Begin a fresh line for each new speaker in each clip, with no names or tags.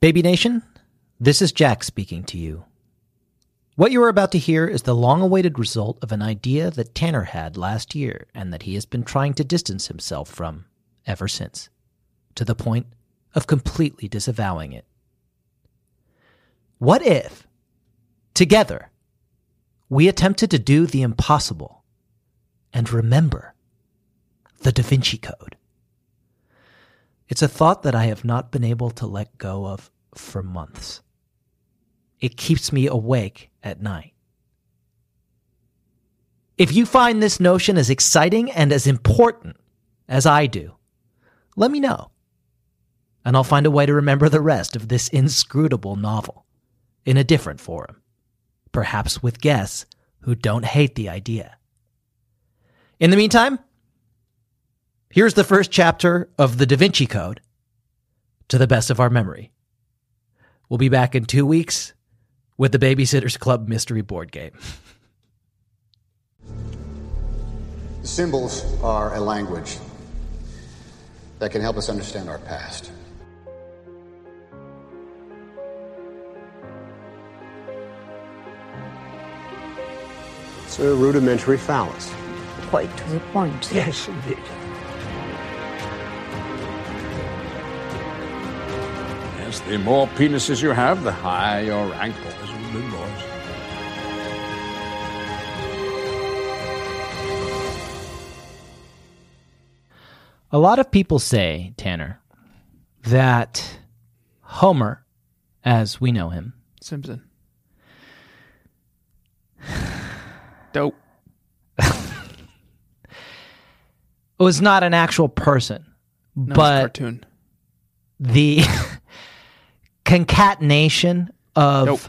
Baby Nation, this is Jack speaking to you. What you are about to hear is the long awaited result of an idea that Tanner had last year and that he has been trying to distance himself from ever since, to the point of completely disavowing it. What if, together, we attempted to do the impossible and remember the Da Vinci Code? It's a thought that I have not been able to let go of for months. It keeps me awake at night. If you find this notion as exciting and as important as I do, let me know. And I'll find a way to remember the rest of this inscrutable novel in a different forum, perhaps with guests who don't hate the idea. In the meantime, Here's the first chapter of The Da Vinci Code to the best of our memory. We'll be back in two weeks with the Babysitters Club Mystery Board Game.
Symbols are a language that can help us understand our past.
It's a rudimentary phallus.
Quite to the point.
Yes, indeed.
Yes, the more penises you have, the higher your rank boys will be, boys.
A lot of people say, Tanner, that Homer, as we know him,
Simpson. Dope.
was not an actual person,
No, it's
but
cartoon.
the concatenation of
Nope.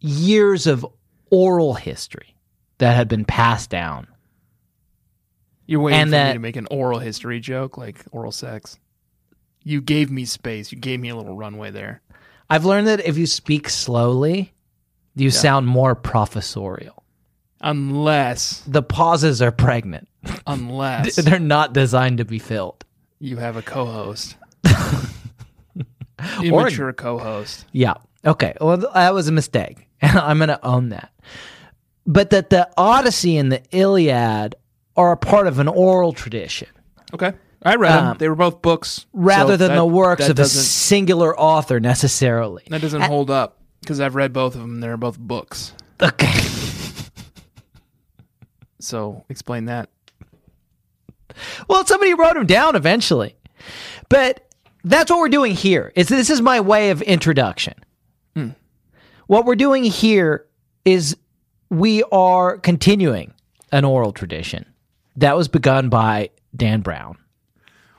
years of oral history that had been passed down.
You're waiting
and
for
that-
me to make an oral history joke, like oral sex. You gave me space. You gave me a little runway there.
I've learned that if you speak slowly, you sound more professorial.
Unless,
The pauses are pregnant.
unless
They're not designed to be filled.
you have a co-host,
Or-
immature co-host.
Yeah. Okay. Well, th- that was a mistake. And I'm going to own that. But that the Odyssey and the Iliad are a part of an oral tradition
Okay, I read
Um,
them. They were both books,
rather
so
than
that-
the works
that
of a
doesn't-
singular author necessarily.
That doesn't hold up because I've read both of them. They're both books.
Okay.
So explain that.
Well, somebody wrote him down eventually. But that's what we're doing here. Is this is my way of introduction. What we're doing here is we are continuing an oral tradition that was begun by Dan Brown.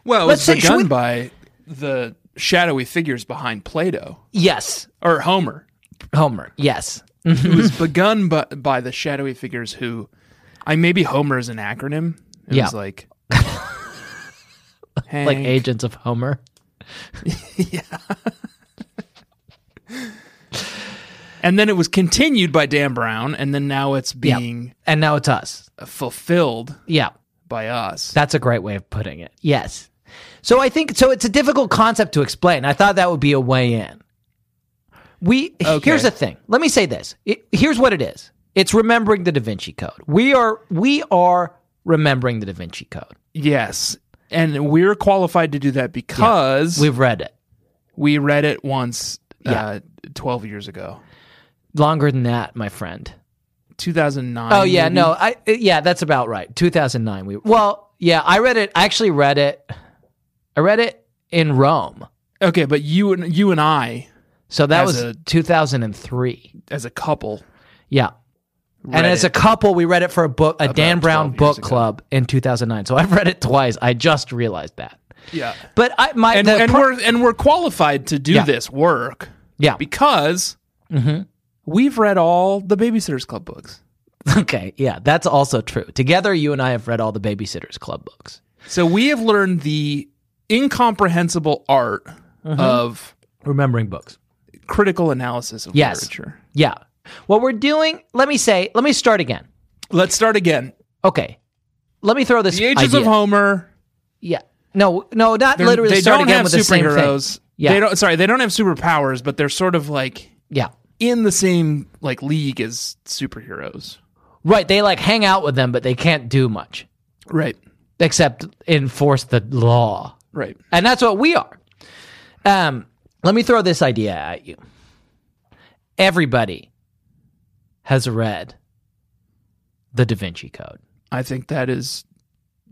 Well,
Let's say-
it's
should
begun
we-
by the shadowy figures behind Plato
Yes,
or Homer.
Homer. Yes.
it was
Mm-hmm.
begun by, by the shadowy figures who I maybe Homer is an acronym. It
Yeah.
was like
Like
Hank,
agents of Homer.
and then it was continued by Dan Brown, and then now it's
Yeah.
being
And now it's us.
fulfilled
Yeah.
by us.
That's a great way of putting it. Yes. So I think so it's a difficult concept to explain. I thought that would be a way in. We
Okay.
here's the thing. Let me say this. It- here's what it is. It's remembering the Da Vinci Code. We are we are remembering the Da Vinci Code.
yes, and we're qualified to do that because
We've read it
we read it once
Yeah.
uh, twelve years ago,
longer than that, my friend.
two thousand nine.
Oh yeah, no. I yeah, that's about right. 2009 we Well, yeah, I read it. I actually read it. I read it in Rome.
Okay, but you and you and I
So that
As
was
a-
2003.
as a couple,
Yeah. and
read
as a
it.
couple, we read it for a book, a Dan
12
Brown
years
book
ago.
club in 2009. So I've read it twice. I just realized that.
yeah.
But I my
and,
the
and
pro-
we're and we're qualified to do
Yeah. Mm-hmm.
this work
yeah
because we've read all the Babysitters Club books.
okay yeah that's also true. Together, you and I have read all the Babysitters Club books.
So we have learned the incomprehensible art
Mm-hmm.
of
Remembering books.
critical analysis of
Yes.
literature.
Yeah. What we're doing? Let me say. Let me start again.
Let's start again.
Okay. Let me throw this.
The Ages of
idea.
Homer.
Yeah. No. No. Not
they're-
literally
They
start
don't
again
have
with the same thing.
superheroes.
Yeah.
They don't. Sorry, they don't have superpowers, but they're sort of like
yeah.
in the same like league as superheroes.
Right. They like hang out with them, but they can't do much
Right.
except enforce the law.
Right.
And that's what we are. Um, let me throw this idea at you. Everybody has read the Da Vinci Code.
I think that is.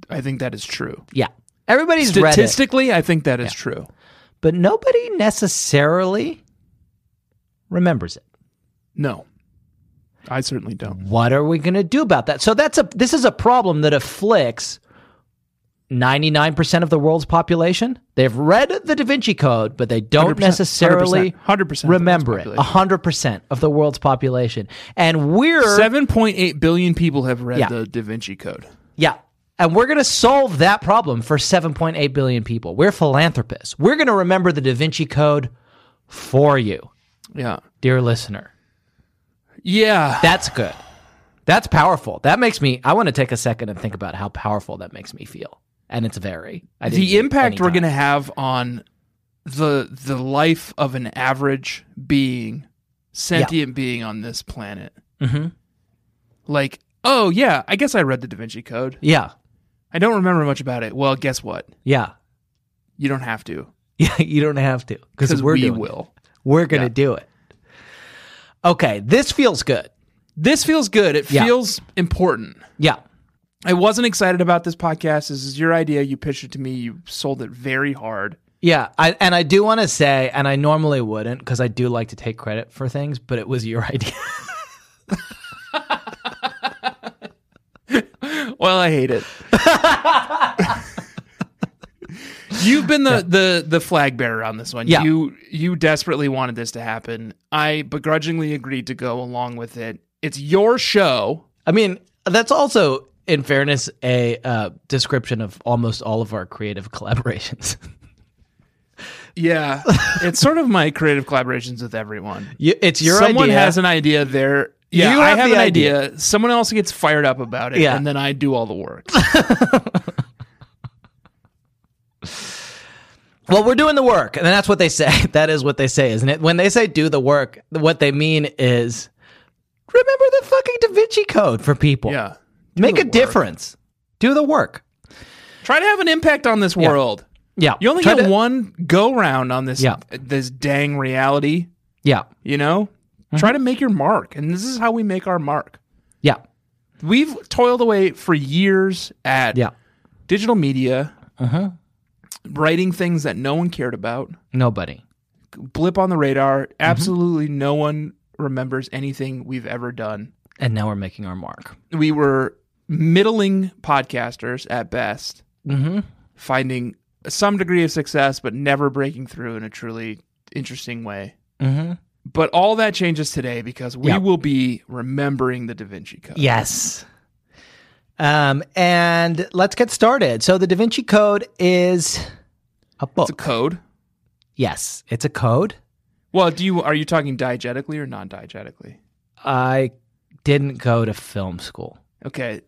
I think that is true.
Yeah. Everybody's read it,
Statistically, I think that is true.
but nobody necessarily remembers it.
No, I certainly don't.
What are we going to do about that? So that's a this is a problem that afflicts 99% of the world's population. They've read the Da Vinci Code, but they don't
100%,
necessarily
100% of the world's
remember it.
population.
100% of the world's population. And we're
Seven point eight billion people have read
Yeah.
the Da Vinci Code.
Yeah. And we're going to solve that problem for 7.8 billion people. We're philanthropists. We're going to remember the Da Vinci Code for you,
Yeah.
dear listener.
Yeah.
That's good. That's powerful. That makes me, I want to take a second and think about how powerful that makes me feel. And it's very. I didn't
the
get
impact
any
we're
time.
going to have on the the life of an average being sentient being on this planet
Mm-hmm.
like oh yeah i guess i read the da vinci code
Yeah.
i don't remember much about it well guess what
Yeah.
you don't have to
Yeah. You don't have to because
because
we're
we
doing it.
will
We're going to do it. Okay. This feels good.
this feels good it
Yeah.
feels important
Yeah.
i wasn't excited about this podcast this is your idea you pitched it to me you sold it very hard
Yeah, I, and I do want to say, and I normally wouldn't because I do like to take credit for things, but it was your idea.
Well, I hate it. You've been the, the the flag bearer on this one.
Yeah.
You you desperately wanted this to happen. I begrudgingly agreed to go along with it. It's your show.
I mean, that's also, in fairness, a uh, description of almost all of our creative collaborations.
Yeah. it's sort of my creative collaborations with everyone.
You- it's your
Someone
idea.
has an idea there. Yeah,
You
I
have
have
the
an idea. Someone else gets fired up about it,
Yeah.
and then I do all the work.
well, we're doing the work, and that's what they say. That is what they say, isn't it? When they say do the work, what they mean is remember the fucking Da Vinci Code for people.
yeah.
make a
work.
difference. Do the work.
Try to have an impact on this world.
Yeah,
You only
Try
get
to-
one go round on this
Yeah.
this dang reality.
Yeah,
You know,
Mm-hmm.
try to make your mark, and this is how we make our mark.
yeah,
We've toiled away for years at
yeah. Uh-huh.
digital media, writing things that no one cared about,
Nobody.
blip on the radar.
Mm-hmm.
Absolutely no one remembers anything we've ever done.
And now we're making our mark.
We were middling podcasters at best,
Mm-hmm.
finding some degree of success, but never breaking through in a truly interesting way.
Mm-hmm.
But all that changes today because we
Yeah.
will be remembering the Da Vinci Code.
Yes. Um, and let's get started. So the Da Vinci Code is a book.
It's a code.
yes, it's a code.
Well, do you are you talking diegetically or non-diegetically?
I didn't go to film school.
Okay,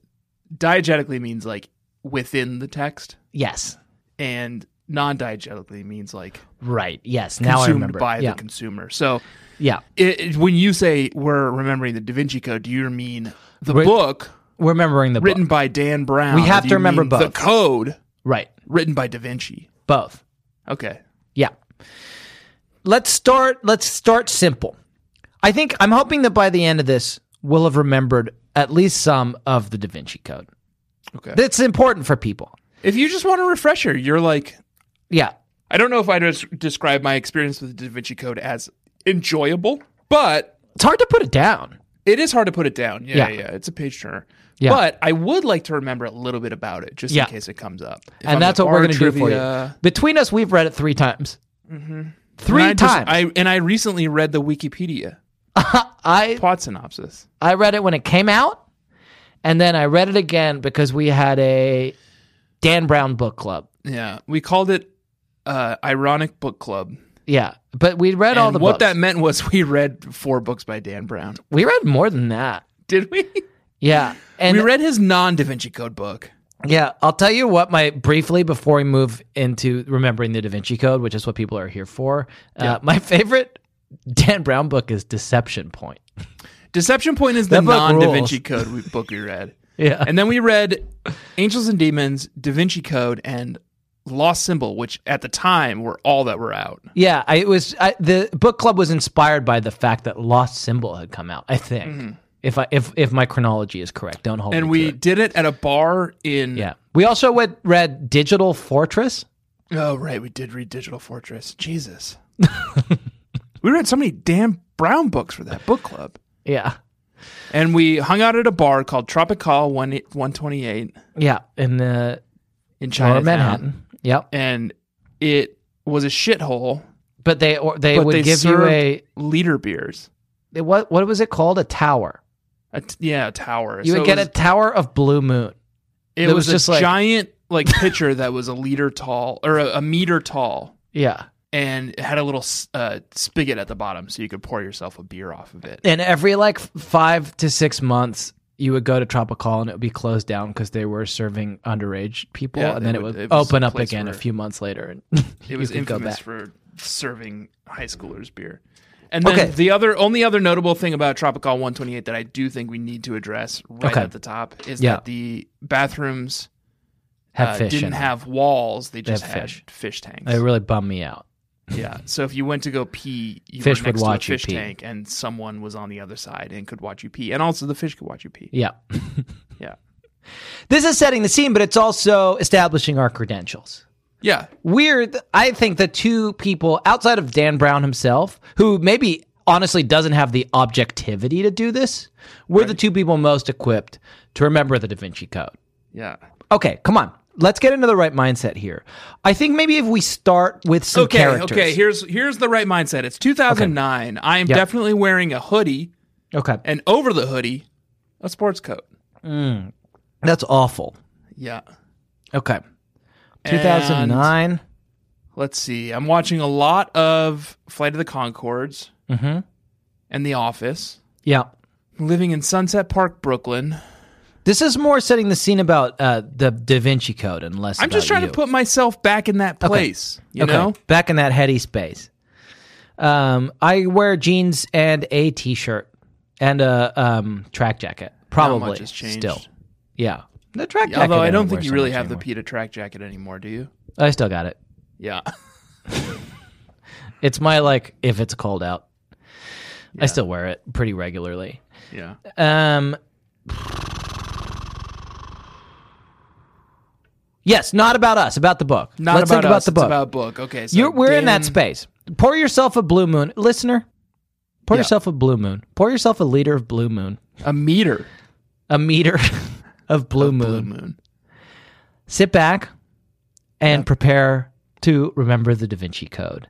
diegetically means like within the text,
Yes.
and non-diegetically means like
Right. Yes. Now I
consumed
remember.
by
yeah.
the consumer. So,
yeah.
it, it- when you say we're remembering the Da Vinci Code, do you mean the
Writ-
book
We're remembering the
written
book.
by Dan Brown?
We
or
have
do
to
you
remember
mean the
both.
code
Right.
written by Da Vinci?
Both.
Okay,
Yeah. Let's start let's start simple. I think I'm hoping that by the end of this we'll have remembered at least some of the Da Vinci Code.
Okay.
That's important for people.
if you just want a refresher, you're like
Yeah.
I don't know if I would describe my experience with the Da Vinci Code as enjoyable, but
It's hard to put it down.
It is hard to put it down.
Yeah.
Yeah, yeah, it's a page turner.
Yeah.
But I would like to remember a little bit about it just
Yeah.
in case it comes up. If I'm
and that's
at
what we're
bar
going to do for you.
trivia-
Between us, we've read it three times. Three
And I just-
times.
I and I recently read the Wikipedia
I,
plot synopsis.
I read it when it came out, and then I read it again because we had a Dan Brown book club.
Yeah, we called it uh, ironic book club.
Yeah, but we read all
And
the
what
books.
that meant was we read four books by Dan Brown.
we read more than that.
Did we?
Yeah, and
we read his non Da Vinci Code book.
Yeah, I'll tell you what my briefly before we move into remembering the Da Vinci Code, which is what people are here for. Uh, my favorite Dan Brown book is Deception Point.
Deception Point is the
That book
non Da
rules.
Vinci Code we, book we read.
Yeah.
And then we read Angels and Demons, Da Vinci Code, and Lost Symbol, which at the time were all that were out.
Yeah, I, it was I, the book club was inspired by the fact that Lost Symbol had come out. I think if I if if my chronology is correct, don't hold.
Mm-hmm.
me
And we
to it.
did it at a bar in.
yeah, we also went, read Digital Fortress.
Oh, right. We did read Digital Fortress. Jesus. we read so many damn Brown books for that book club.
Yeah,
And we hung out at a bar called Tropical 1 128
yeah, in the
in
or
Chinatown.
Manhattan. Yep,
And it was a shithole.
but they or they
But
would
they
give you
served
a
liter beers.
they- what what was it called? A tower.
A t- yeah, a tower.
You
So
would get
it.
a tower of blue moon.
It
that
was,
was just
a
like-
giant like pitcher that was a liter tall or a, a meter tall,
Yeah,
and it had a little s- uh, spigot at the bottom so you could pour yourself a beer off of it.
and every like f- five to six months. You would go to Tropical and it would be closed down because they were serving underage people,
Yeah,
and
they
then
would-
it
it
would
was
open
a
up
place
again a
where-
few months later.
It was
you could go
infamous
back.
for serving high schoolers beer. And then
Okay.
the other only other notable thing about Tropical 128 that I do think we need to address right
Okay.
at the top is
Yeah.
that the bathrooms
have
uh,
fish
didn't
in them.
have walls; they just
have
had
fish.
fish, tanks.
It really bummed me out.
Yeah. So if you went to go pee, you
Fish
were
would
next
watch
to
you
a fish
pee.
tank, and someone was on the other side and could watch you pee, and also the fish could watch you pee.
Yeah.
Yeah.
This is setting the scene, but it's also establishing our credentials.
Yeah.
Weird. I think the two people outside of Dan Brown himself, who maybe honestly doesn't have the objectivity to do this, were the two people most equipped to remember the Da Vinci Code.
Yeah.
Okay, come on. Let's get into the right mindset here. I think maybe if we start with some
Okay.
characters.
Okay. Here's here's the right mindset. It's 2009. I am
Yep.
definitely wearing a hoodie,
okay.
and over the hoodie, a sports coat.
That's awful.
Yeah.
Okay.
And
2009.
let's see. I'm watching a lot of Flight of the Concords and The Office.
yeah.
Living in Sunset Park, Brooklyn.
This is more setting the scene about uh, the Da Vinci Code and less.
I'm just
about
trying to
you.
put myself back in that place. You
Okay,
know?
back in that heady space. Um, I wear jeans and a t-shirt and a um, track jacket. Probably
much has changed.
still. Yeah, the track jacket.
Although I don't
wear
think you
so
really
much
have the
anymore.
PETA track jacket anymore, do you?
I still got it.
Yeah.
It's my like if it's cold out. I still wear it pretty regularly.
Yeah.
Um. Yes, not about us. About the book.
Not
Let's
about,
think about
us,
the
it's
book.
about book. Okay. So
You're, we're in
Dan-
that space. Pour yourself a blue moon, listener. Pour
Yeah.
yourself a blue moon. Pour yourself a liter of blue moon,
A meter.
a meter of blue moon.
Blue moon.
Sit back and prepare to remember the Da Vinci Code.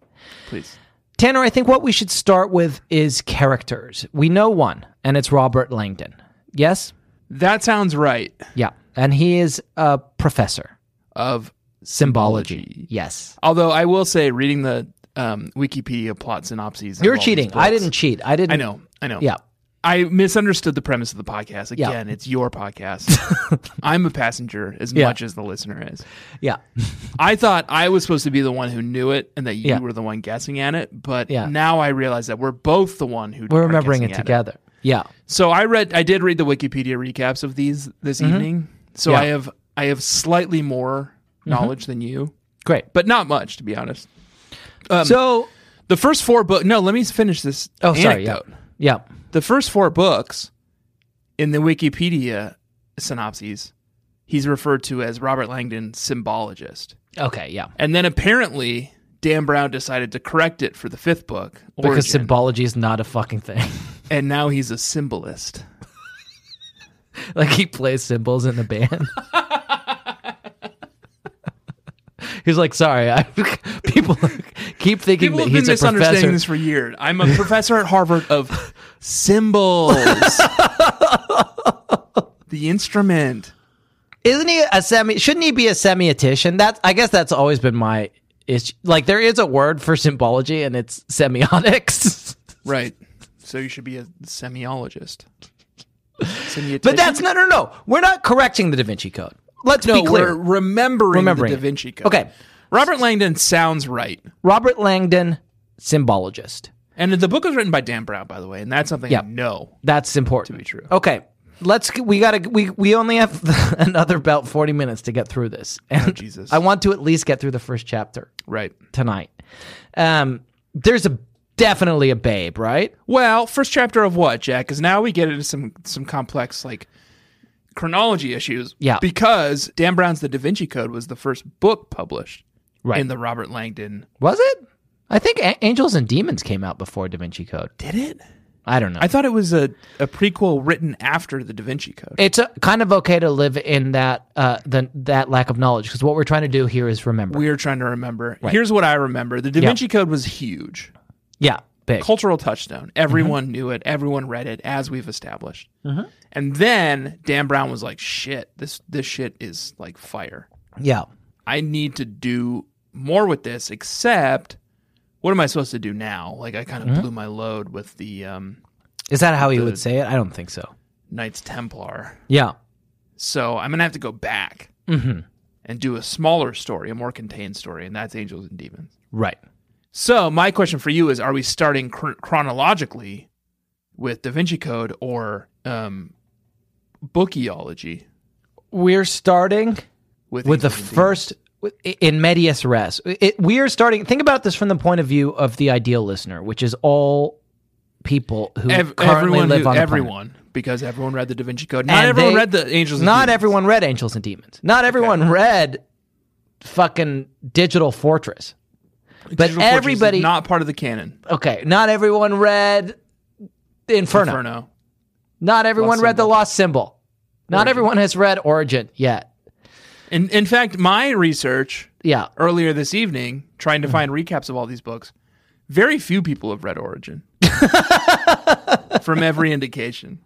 Please.
Tanner, I think what we should start with is characters. We know one, and it's Robert Langdon. Yes?
That sounds right.
Yeah. And he is a professor.
Of
Symbology. Yes.
although I will say, reading the um, Wikipedia plot synopses. of
You're
all these
cheating. I
books-
didn't cheat. I didn't.
I know. I know.
Yeah.
I misunderstood the premise of the podcast.
Yeah.
Again, it's your podcast. I'm a passenger as
Yeah.
much as the listener is.
Yeah.
I thought I was supposed to be the one who knew it and that you
Yeah.
were the one guessing at it, but
Yeah.
now I realize that we're both the one who
We're
are
remembering it
guessing at
together. Yeah.
So I read I did read the Wikipedia recaps of these this evening. So
Mm-hmm. Yeah. Mm-hmm.
I have I have slightly more knowledge than you,
Great.
but not much to be honest. Um,
so
The first four book No, let me finish this
Oh,
anecdote.
sorry. Yeah. Yeah.
The first four books in the Wikipedia synopses, he's referred to as Robert Langdon symbologist.
Okay. Yeah.
And then apparently Dan Brown decided to correct it for the fifth book. Origin,
Because symbology is not a fucking thing.
and now he's a symbolist.
like he plays cymbals in the band. He's like, sorry, I, people keep thinking
People
that
have been
he's a
misunderstanding
professor.
this for years. I'm a professor at Harvard of symbols. the instrument.
Isn't he a semi? Shouldn't he be a semiotician? That's I guess that's always been my issue. Like there is a word for symbology, and it's semiotics.
Right. So you should be a semiologist.
But that's no, no, no. We're not correcting the Da Vinci Code. let's
No,
be clear.
we're remembering,
Remembering it.
the Da Vinci Code.
Okay.
Robert Langdon sounds right.
Robert Langdon, symbologist.
And the book was written by Dan Brown, by the way, and that's something
Yeah.
I know.
That's important
To be true.
Okay, let's. g- We gotta. We we only have another about forty minutes to get through this, and
Jesus.
I want to at least get through the first chapter
Right.
tonight. Um, there's a definitely a babe, right?
Well, first chapter of what, Jack? Because now we get into some some complex like chronology issues.
Yeah.
Because Dan Brown's The Da Vinci Code was the first book published
Right.
in the Robert Langdon.
Was it? I think a- Angels and Demons came out before Da Vinci Code.
Did it?
I don't know.
I thought it was a, a prequel written after The Da Vinci Code.
it's uh kind of okay to live in that uh, the, that lack of knowledge because what we're trying to do here is remember.
We're trying to remember. Here's what I remember: The Da
Yeah.
Vinci Code was huge,
yeah, big.
cultural touchstone. Everyone knew it. Everyone read it, as we've established. And then Dan Brown was like, "Shit, this this shit is like fire.
yeah,
I need to do more with this." Except, what am I supposed to do now? Like, I kind of blew my load with the um,
is that how he would say it? I don't think so.
Knights Templar,
Yeah,
so I'm gonna have to go back and do a smaller story, a more contained story, and that's Angels and Demons.
right.
So my question for you is: Are we starting chr- chronologically with Da Vinci Code or um, bookiology?
We're starting with the
Angels and
first in medias res. It, we are starting. Think about this from the point of view of the ideal listener, which is all people who
Demons? Ev-
currently
everyone,
live
who-
on the planet.
everyone, because everyone read the Da Vinci Code. Not
And
everyone
they-
read the Angels. And
Not
Demons.
everyone read Angels and Demons. Not everyone read fucking Digital Fortress. But
Digital Fortress is
everybody,
not part of the canon.
okay, not everyone read Inferno.
Inferno.
Not everyone
Lost
read The
Symbol.
Lost Symbol. Not everyone has read Origin yet.
In in fact, my research
Yeah.
earlier this evening, trying to
Hmm.
find recaps of all these books, very few people have read Origin. From every indication.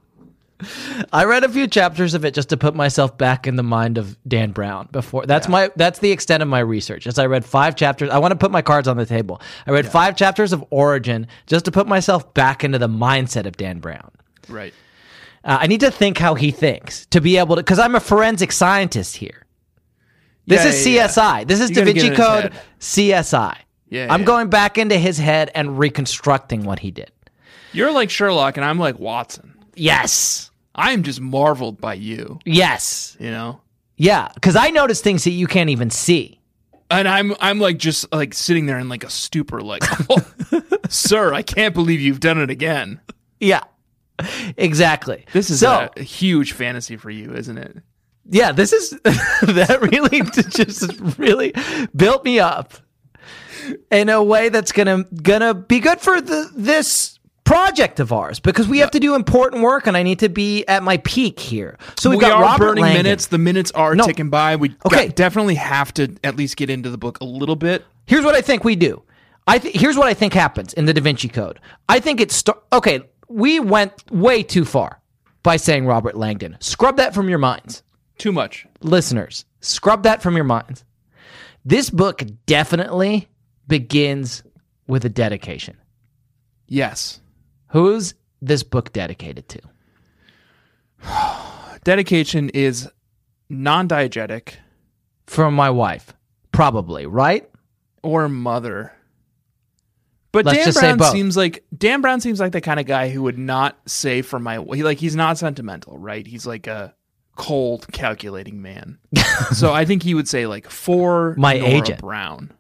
I read a few chapters of it just to put myself back in the mind of Dan Brown before. That's my that's the extent of my research. As I read five chapters, I want to put my cards on the table. I read five chapters of Origin just to put myself back into the mindset of Dan Brown.
Right.
Uh, I need to think how he thinks to be able to because I'm a forensic scientist here. This
Yeah,
is
yeah, yeah.
CSI. This is
You
Da
gotta get
Vinci
in his
Code
head.
CSI.
Yeah,
I'm
yeah.
going back into his head and reconstructing what he did.
You're like Sherlock and I'm like Watson.
Yes.
I am just marveled by you,
Yes.
you know?
Yeah. Because I notice things that you can't even see.
And I'm I'm like just like sitting there in like a stupor like, "Oh, sir, I can't believe you've done it again.
Yeah. Exactly.
This is
so.
a, a huge fantasy for you, isn't it?
yeah, this is that really just really built me up in a way that's gonna gonna be good for the this project of ours because we have to do important work and I need to be at my peak here. So we've
we
got
are
Robert
burning
Langdon.
minutes. The minutes are
No.
ticking by. We
Okay.
got- definitely have to at least get into the book a little bit.
Here's what I think we do. I th- here's what I think happens in the Da Vinci Code. I think it's sta- okay. We went way too far by saying Robert Langdon. Scrub that from your minds.
Too much.
listeners, scrub that from your minds. This book definitely begins with a dedication.
Yes.
Who's this book dedicated to?
Dedication is non-diegetic
From my wife, probably, right?
or mother. But
Let's
Dan
just say
Brown
both.
seems like Dan Brown seems like the kind of guy who would not say for my he, like he's not sentimental, right? He's like a cold, calculating man. so I think he would say like for
My
Nora
agent.
Brown.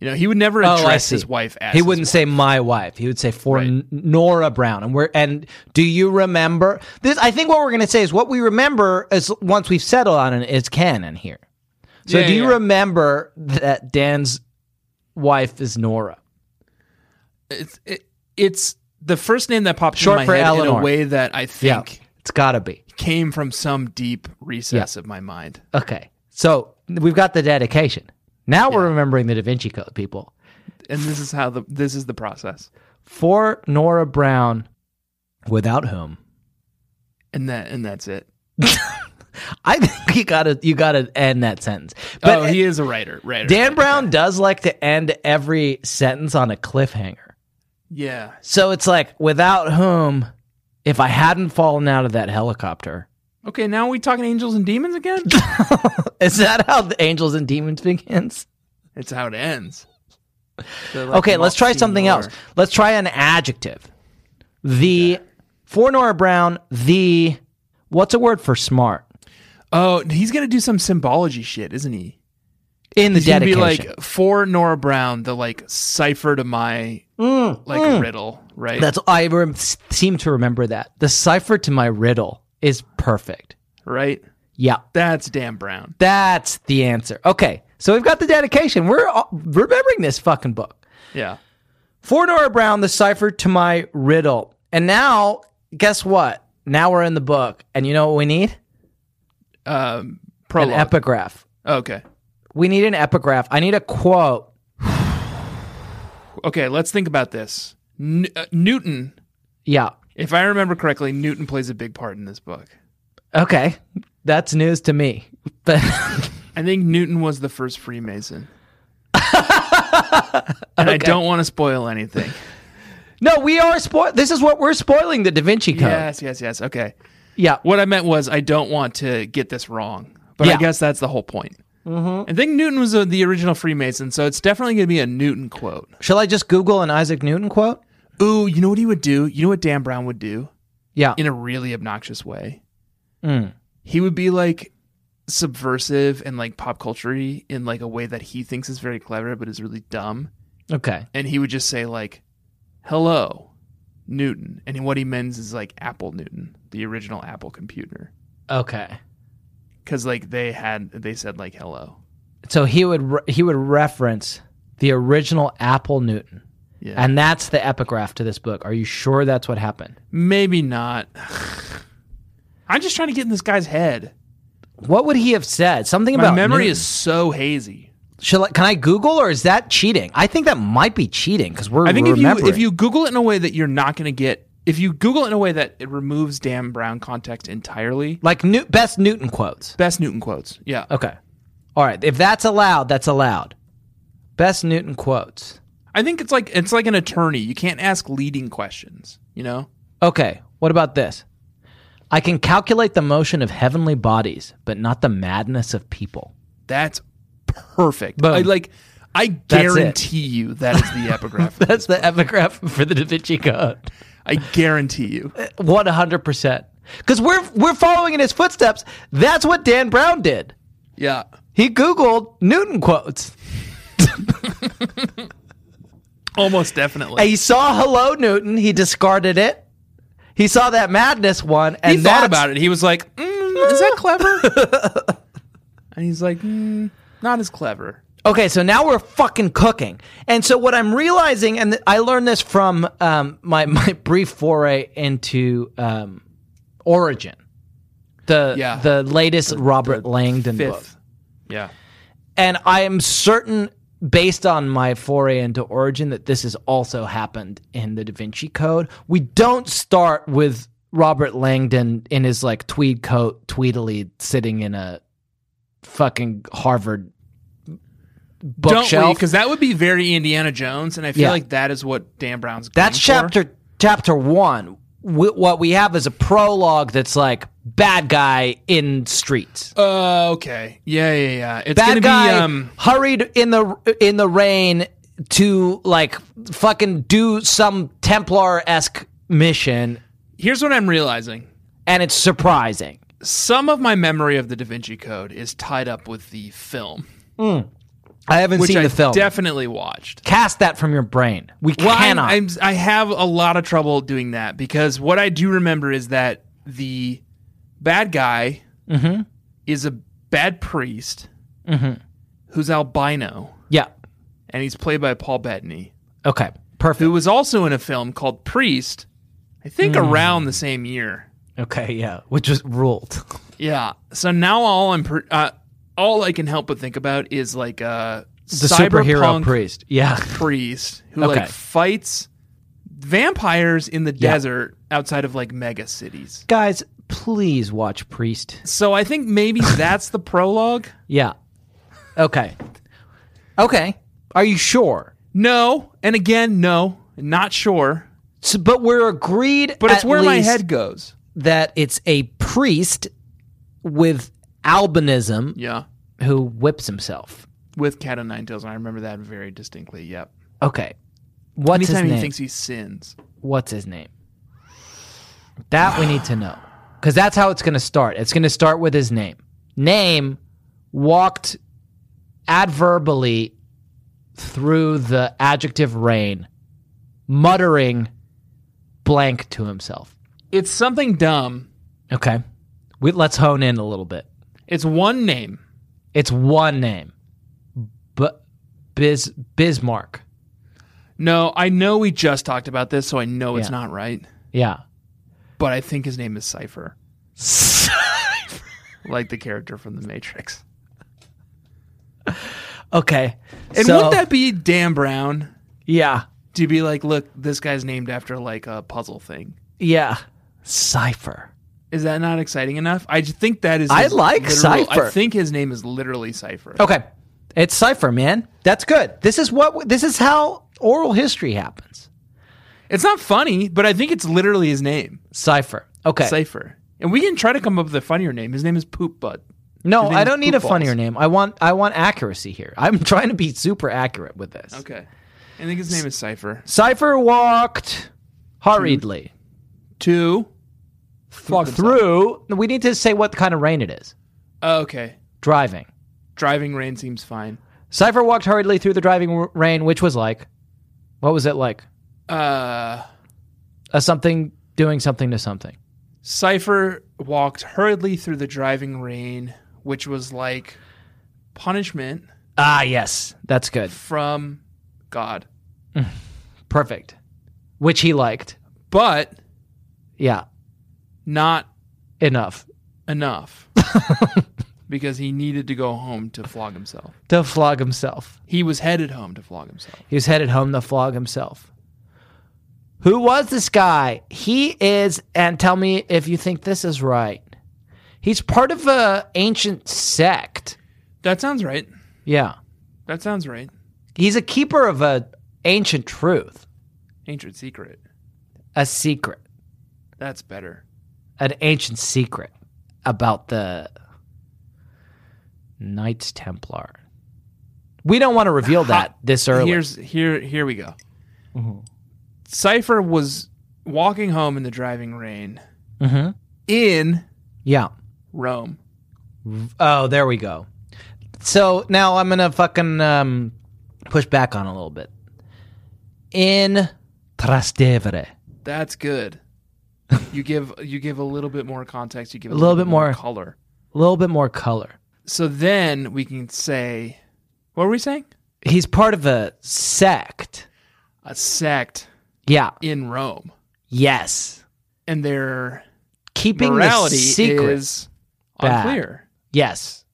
You know, he would never
Oh, I
address
see.
his wife as
he
his
wouldn't
wife.
say my wife. He would say for
Right.
N- Nora Brown. And we're and do you remember this? I think what we're going to say is what we remember is once we've settled on it is canon here. So
Yeah,
do you
yeah.
remember that Dan's wife is Nora?
it's it, it's the first name that popped
Short
in my
for
head in
Eleanor.
a way that I think
it's got to be.
came from some deep recess of my mind.
Okay. So we've got the dedication. Now we're remembering the Da Vinci Code, people.
And this is how the this is the process.
For Nora Brown, without whom
And that and that's it.
I think you gotta you gotta end that sentence. But
oh, he is a writer, right?
Dan Brown does like to end every sentence on a cliffhanger.
Yeah.
So it's like without whom, if I hadn't fallen out of that helicopter,
Okay, now we talking angels and demons again?
Is that how the angels and demons begins?
it's how it ends.
Okay, let's try something else. Let's try an adjective. The for Nora Brown, the what's a word for smart
Oh, he's gonna do some symbology shit, isn't he?
in the
He's gonna be
dedication?
like for Nora Brown, the like cipher to my like riddle, right?
Mm, That's I rem- seem to remember that the cipher to my riddle is perfect.
right.
Yeah,
That's Dan Brown.
that's the answer. Okay, so we've got the dedication. We're all- remembering this fucking book.
Yeah.
For Nora Brown, the cipher to my riddle. And now, guess what? Now we're in the book, and you know what we need?
Um,
An
prologue.
epigraph.
okay.
We need an epigraph. I need a quote.
Okay. Let's think about this. N- uh, Newton,
Yeah.
if I remember correctly, Newton plays a big part in this book.
Okay, that's news to me. But
I think Newton was the first Freemason. and I don't want to spoil anything.
no, we are spoil. This is what we're spoiling: the Da Vinci Code.
yes, yes, yes. Okay.
Yeah.
What I meant was I don't want to get this wrong, but
Yeah.
I guess that's the whole point. I think Newton was uh the original Freemason, so it's definitely going to be a Newton quote.
Shall I just Google an Isaac Newton quote?
Ooh, you know what he would do? You know what Dan Brown would do
Yeah.
in a really obnoxious way? He would be like subversive and like pop culture in like a way that he thinks is very clever but is really dumb.
okay.
and he would just say like hello newton and what he means is like apple newton the original apple computer
Okay.
because like they had they said like hello
So he would re- he would reference the original Apple Newton,
yeah
and that's the epigraph to this book. Are you sure that's what happened?
maybe not i'm just trying to get in this guy's head
What would he have said? Something
my
about
memory
Newton.
is so hazy
Shall I, can I Google or is that cheating? I think that might be cheating because we're
i think if you
remembering.
if you google it in a way that you're not going to get if you google it in a way that it removes dan brown context entirely
like new, best Newton quotes.
best newton quotes yeah
Okay, all right. If that's allowed, that's allowed. Best Newton quotes.
i think it's like it's like an attorney you can't ask leading questions you know
Okay, what about this? I can calculate the motion of heavenly bodies, but not the madness of people.
That's perfect.
Boom.
I like I
That's it.
guarantee you that is the epigraph.
That's the epigraph for the Da Vinci Code.
I guarantee you.
One hundred percent. Because we're we're following in his footsteps. That's what Dan Brown did.
Yeah.
He Googled Newton quotes.
Almost definitely.
He saw "Hello Newton." He discarded it. He saw that madness one, and
he thought about it. He was like, mm, is that clever? and he's like, mm, not as clever.
Okay, so now we're fucking cooking. And so what I'm realizing, and I learned this from um, my my brief foray into um, Origin, the
Yeah.
the latest Robert Langdon book.
Fifth. Yeah.
And I am certain, based on my foray into Origin, that this has also happened in the Da Vinci Code. We don't start with Robert Langdon in his like tweed coat, Tweedly, sitting in a fucking Harvard bookshelf.
Don't we? Because that would be very Indiana Jones, and I feel
Yeah.
like that is what Dan Brown's.
That's
going for.
chapter chapter one. Wh- what we have is a prologue that's like bad guy in streets.
Uh, okay. Yeah, yeah, yeah. It's
bad
gonna
guy
be um.
hurried in the in the rain to like fucking do some Templar esque mission,
Here's what I'm realizing.
and it's surprising.
Some of my memory of the Da Vinci Code is tied up with the film.
I haven't
which
seen
I
the film.
definitely watched.
Cast that from your brain. We
Well, I'm,
cannot.
I'm, I have a lot of trouble doing that because what I do remember is that the bad guy
Mm-hmm.
is a bad priest who's albino,
yeah.
and he's played by Paul Bettany,
Okay. Perfect.
who was also in a film called Priest, I think
Hmm.
around the same year.
Okay. Yeah. Which was ruled.
Yeah. So now all I'm per- uh, all I can help but think about is like uh,
The superhero
cyberpunk
priest. Yeah.
priest who
Okay.
like fights vampires in the
Yeah.
desert outside of like mega cities.
Guys, please watch Priest.
So I think maybe that's the prologue.
Yeah. Okay. Okay. Are you sure?
No, and again, no, not sure.
So, but we're agreed.
But it's
at
where my
least
head goes.
that it's a priest with albinism
Yeah.
who whips himself.
With Cat of Nine Tails, and I remember that very distinctly. Yep.
Okay. What's
Anytime
his
he
name?
thinks he sins.
What's his name? That we need to know. Because that's how it's going to start. It's going to start with his name. Name walked adverbially through the adjective rain, muttering blank to himself.
It's something dumb.
Okay. We, let's hone in a little bit.
It's one name.
It's one name. But Biz Bismarck.
No, I know we just talked about this, so I know it's
Yeah.
not right.
Yeah.
But I think his name is Cipher, like the character from The Matrix.
okay.
And
so-
wouldn't that be Dan Brown
Yeah.
to be like, look, this guy's named after like a puzzle thing?
Yeah. Cipher.
Is that not exciting enough? I j- think that is.
I
his
like Cypher. Oh.
I think his name is literally Cipher.
Okay. It's Cipher, man. That's good. This is what this is how oral history happens.
It's not funny, but I think it's literally his name,
Cipher. Okay.
Cipher. And we can try to come up with a funnier name. His name is Poop Butt.
no,
His name
I
is
don't need a
Poop Balls.
funnier name. I want I want accuracy here. I'm trying to be super accurate with this.
Okay. I think his name is Cipher.
Cipher walked hurriedly
Two. Fuck
through. We need to say what kind of rain it is.
Oh, Okay.
Driving.
Driving rain seems fine.
Cipher walked hurriedly through the driving r- rain, which was like, what was it like?
Uh,
A something doing something to something.
Cipher walked hurriedly through the driving rain, which was like punishment
Ah, yes, that's good.
from God.
Perfect. Which he liked.
But
Yeah,
not
enough.
enough because he needed to go home to flog himself.
to flog himself.
He was headed home to flog himself.
He was headed home to flog himself. Who was this guy? He is, and tell me if you think this is right. He's part of a ancient sect.
That sounds right.
Yeah,
That sounds right.
he's a keeper of a ancient truth,
Ancient secret.
a secret,
That's better.
an ancient secret about the Knights Templar. We don't want to reveal that this early. Mm-hmm.
Here's here here we go. Cipher was walking home in the driving rain
Mhm.
in
yeah.
Rome.
Oh, there we go. So now I'm gonna fucking um, push back on a little bit. In Trastevere,
That's good. you give you give a little bit more context. You give a,
little bit more.
color.
a little bit more color.
So then we can say, what were we saying?
He's part of a sect.
A sect
Yeah.
in Rome,
Yes.
and their
Keeping
morality
the secret.
is
bad.
unclear
yes.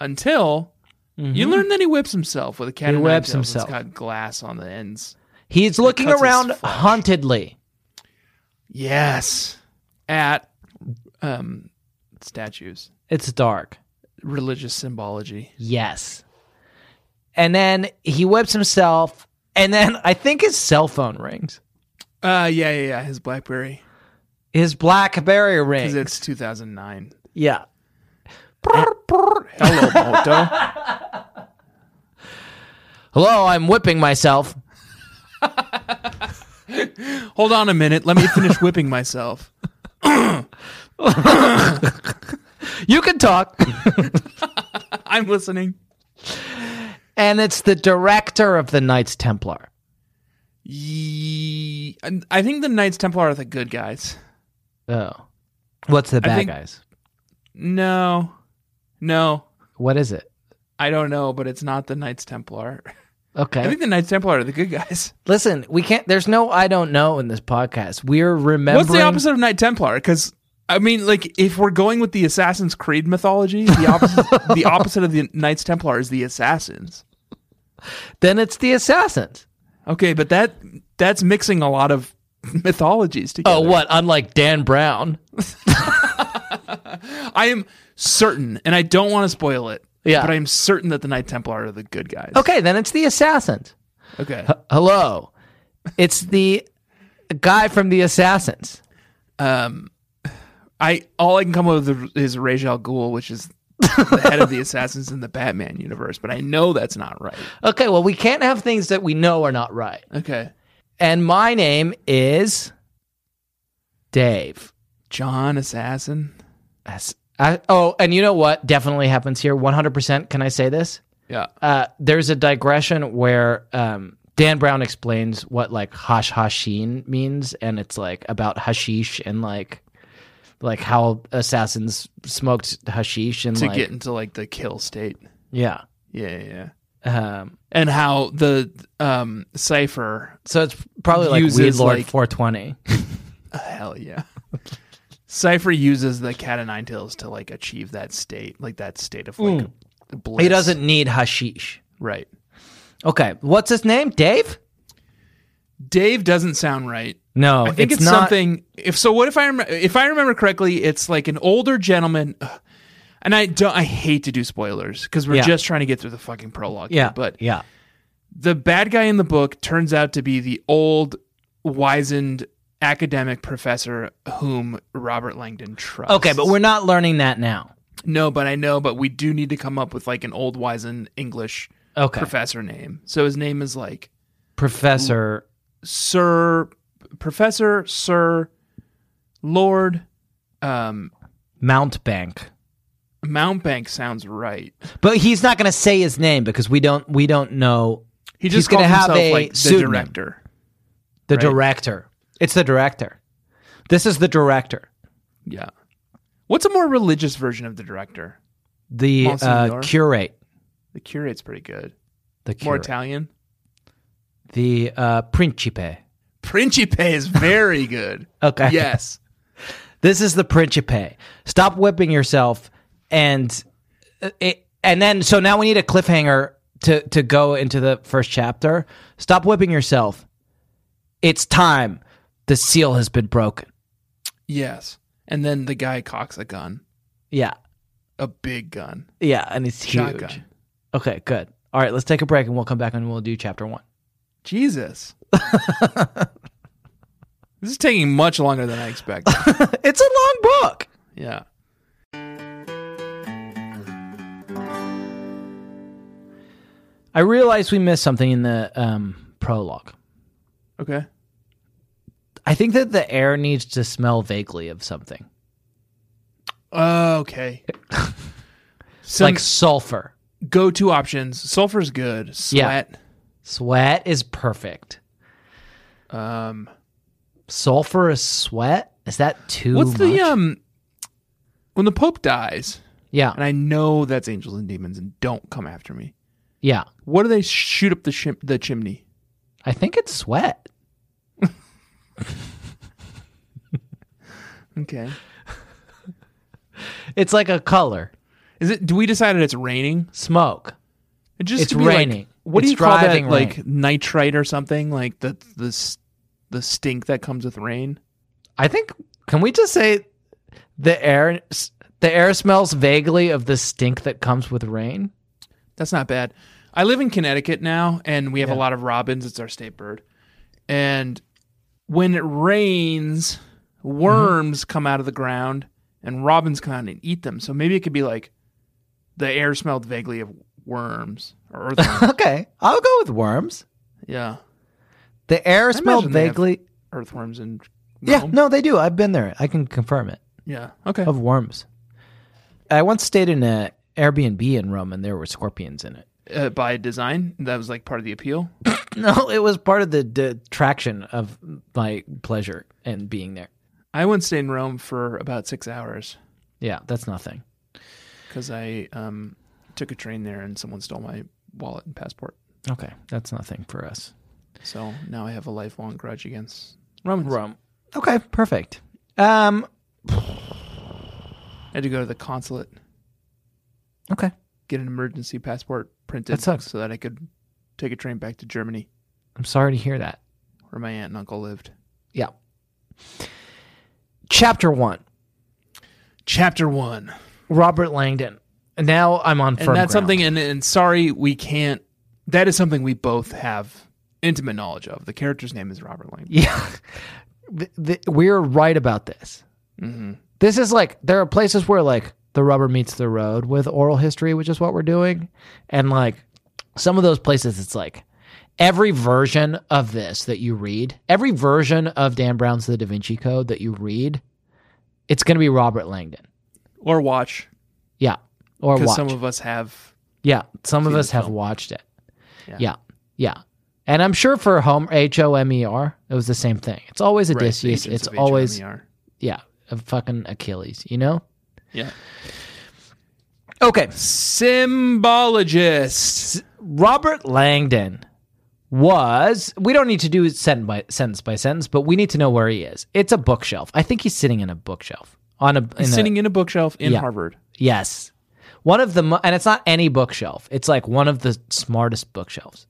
until you learn that he whips himself with a cat.
Mm-hmm. He
of nine
whips
tails that's
himself.
got glass on the ends.
He's looking
cuts his
around
flesh.
hauntedly.
Yes, at um, statues,
It's dark.
religious symbology.
Yes. And then he whips himself, and then I think his cell phone rings.
Uh, yeah, yeah, yeah. His BlackBerry
His BlackBerry rings.
because it's 2009.
yeah.
Hello, Moto.
Hello, I'm whipping myself.
Hold on a minute. Let me finish whipping myself.
You can talk.
I'm listening.
and it's the director of the Knights Templar.
Ye- I think the Knights Templar are the good guys.
Oh. What's the bad
think-
guys?
No, no,
What is it?
I don't know, but it's not the Knights Templar.
Okay.
I think the Knights Templar are the good guys.
Listen, we can't there's no I don't know in this podcast. We're remembering
What's the opposite of Knight Templar? Because I mean, like, if we're going with the Assassin's Creed mythology, the opposite, the opposite of the Knights Templar is the Assassins.
then it's the assassins.
Okay, but that that's mixing a lot of mythologies together.
Oh what? Unlike Dan Brown.
I am certain, and I don't want to spoil it.
Oh. Yeah.
but I am certain that the Knight Templar are the good guys.
Okay, then it's the assassins.
okay.
Hello. It's the guy from the assassins.
Um, I all I can come up with is Ra's al Ghul, which is the head of the assassins in the Batman universe. But I know that's not right.
Okay, well, we can't have things that we know are not right.
Okay,
And my name is Dave.
John Assassin.
That's- I- oh, and you know what definitely happens here? 100%. Can I say this?
Yeah.
Uh, there's a digression where um, Dan Brown explains what like hash hashin means, and it's like about hashish and like like how assassins smoked hashish and
to
like
get into like the kill state.
yeah.
Yeah, yeah, yeah.
Um,
And how the um cipher?
so it's probably like
Uses,
Weed Lord
like-
420.
Hell yeah. Cipher uses the cat of nine tails to like achieve that state, like that state of like bliss.
Hmm. He doesn't need hashish.
right.
Okay, what's his name? Dave?
Dave doesn't sound right.
No,
I think it's,
Oh, not.
something. If so, what if I rem- if I remember correctly? It's like an older gentleman, Ugh. and I don't. I hate to do spoilers because we're
Yeah.
just trying to get through the fucking prologue. here,
yeah,
but
yeah,
the bad guy in the book turns out to be the old, wizened academic professor whom Robert Langdon trusts.
okay, but we're not learning that now.
no, but I know, but we do need to come up with like an old, wizened English
Okay,
professor name. So his name is like
Professor.
Sir Professor Sir Lord. Um,
Mountbank.
Mountbank sounds right.
But he's not going to say his name because we don't we don't know
He
He's
just
gonna
calls
have
himself
a
like the
pseudonym.
director.
the
Right.
director. It's the director. This is the director.
Yeah. What's a more religious version of the director?
The uh,
Monsignor?
curate.
The curate's pretty good.
The
More
curate.
Italian.
the uh, principe.
Principe is very good.
Okay.
Yes.
This is the principe. Stop whipping yourself and uh, it, and then so now we need a cliffhanger to to go into the first chapter. Stop whipping yourself. It's time. The seal has been broken.
Yes. And then the guy cocks a gun,
Yeah.
a big gun,
Yeah, and it's huge.
shotgun.
Okay, good. All right, let's take a break and we'll come back and we'll do chapter one.
Jesus. this is taking much longer than I expected.
It's a long book.
yeah.
I realized we missed something in the um, prologue.
Okay.
I think that the air needs to smell vaguely of something
Oh, okay. Some
like sulfur.
go-to options. Sulfur's good. Sweat.
Sweat is perfect.
Um,
Sulfurous sweat? Is that too
what's
much?
the um? When the Pope dies,
yeah,
and I know that's angels and demons, and don't come after me.
yeah.
What do they shoot up the shim- the chimney?
I think it's sweat.
Okay.
It's like a color.
Is it? Do we decided it's raining?
Smoke.
It just
It's
to be like-
raining.
what
It's
do you call that?
driving
Like nitrite or something? Like the the s- the stink that comes with rain.
I think can we just say the air the air smells vaguely of the stink that comes with rain?
That's not bad. I live in Connecticut now, and we have a lot of robins. It's our state bird. And when it rains, worms
Mm-hmm.
come out of the ground, and robins come out and eat them. So maybe it could be like the air smelled vaguely of worms or earthworms.
Okay, I'll go with worms.
yeah,
The air smelled
imagine they have-
vaguely.
earthworms and
Yeah, no, they do. I've been there. I can confirm it.
yeah. Okay.
Of worms. I once stayed in a Airbnb in Rome, and there were scorpions in it.
Uh, by design, that was like part of the appeal.
No, it was part of the detraction of my pleasure and being there.
I once stayed in Rome for about six hours
Yeah, that's nothing.
because I um, took a train there, and someone stole my wallet and passport.
Okay, that's nothing for us.
So now I have a lifelong grudge against Romans.
Rome. Okay, perfect. Um.
I had to go to the consulate,
Okay.
get an emergency passport printed
That sucks.
so that I could take a train back to Germany
I'm sorry to hear that.
where my aunt and uncle lived.
Yeah. Chapter one.
Chapter one.
Robert Langdon. And now I'm on
And
firm
that's
ground.
something, and, and sorry, we can't, that is something we both have intimate knowledge of. The character's name is Robert Langdon.
Yeah, Th- th- we're right about this. This is like there are places where like the rubber meets the road with oral history, which is what we're doing, and like some of those places, it's like every version of this that you read, every version of Dan Brown's The Da Vinci Code that you read, it's going to be Robert Langdon.
or watch
Yeah, or
because
watch.
some of us have.
Yeah, some of us have watched it. Yeah. yeah, and I'm sure for home H O M E R, it was the same thing. It's always
right, the
Odysseus.
agents
it's
of
always
HMER.
yeah, a fucking Achilles. You know.
yeah.
Okay.
Symbologist.
Robert Langdon.
was we don't need to do it sentence by sentence by sentence, but we need to know where he is. It's a bookshelf. I think he's sitting in a bookshelf on a in a-
Sitting in a bookshelf in
Yeah.
Harvard.
yes, one of the mo- and it's not any bookshelf. It's like one of the smartest bookshelves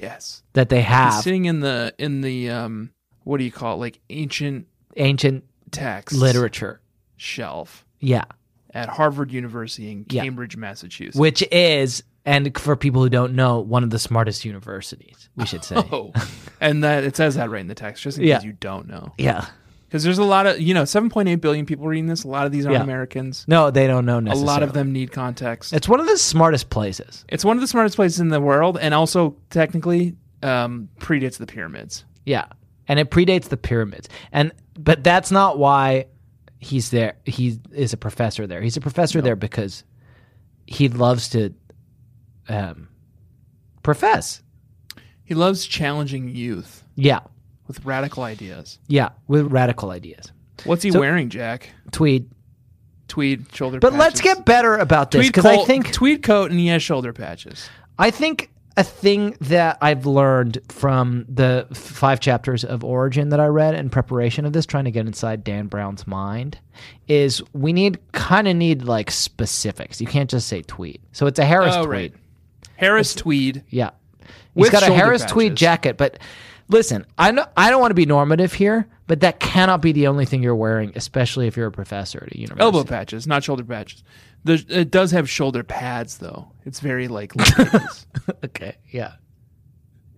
Yes.
that they
He's
have.
sitting in the in the um what do you call it like ancient
ancient
text
literature,
shelf
yeah,
at Harvard University in
Yeah.
Cambridge, Massachusetts.
which is and for people who don't know, one of the smartest universities. We should say,
oh, and that it says that right in the text, just in
Yeah.
case you don't know,
yeah.
because there's a lot of you know 7.8 billion people reading this. A lot of these aren't
Yeah.
Americans.
No, they don't know
A
necessarily.
lot of them need context.
It's one of the smartest places.
It's one of the smartest places in the world, and also technically um, predates the pyramids.
Yeah. And it predates the pyramids. And but that's not why he's there. He is a professor there. He's a professor there because he loves to um profess.
He loves challenging youth
Yeah.
with radical ideas.
Yeah, with radical ideas.
What's he
So-
wearing, Jack?
Tweed.
Tweed shoulder.
But let's
patches.
get better about this
tweed
because I
coat-
think
tweed coat and he has shoulder patches.
I think a thing that I've learned from the f- five chapters of Origin that I read in preparation of this, trying to get inside Dan Brown's mind, is we need kind of need like specifics. You can't just say tweed. So it's a Harris
Oh,
tweed.
right. Harris tweed.
Yeah. he's
With
got a
shoulder
Harris tweed
patches.
jacket, but listen, I know I don't want to be normative here, but that cannot be the only thing you're wearing, especially if you're a professor at a university.
Elbow patches, not shoulder patches. There's, it does have shoulder pads though. It's very like ladies.
Okay. Yeah.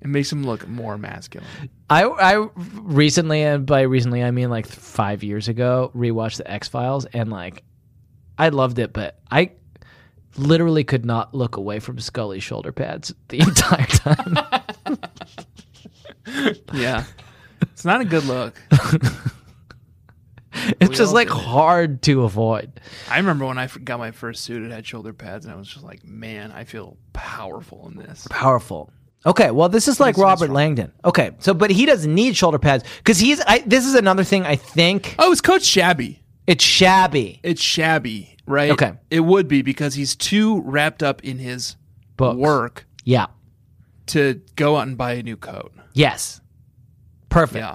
it makes him look more masculine.
I I recently and by recently I mean like th- five years ago rewatched the X Files and like I loved it, but I literally could not look away from Scully's shoulder pads the entire time.
Yeah, it's not a good look.
it's
We
just
all
like
did it.
hard to avoid.
I remember when I f- got my first suit, it had shoulder pads, and I was just like, man, I feel powerful in this.
Powerful. Okay, well this is like
Please,
Robert
Mr.
Langdon. Okay, so but he doesn't need shoulder pads because he's. I, this is another thing I think
Oh, it's Coach Shabby.
it's shabby.
It's Shabby, right?
Okay.
It would be because he's too wrapped up in his
Books.
work
Yeah.
to go out and buy a new coat.
Yes. Perfect.
Yeah.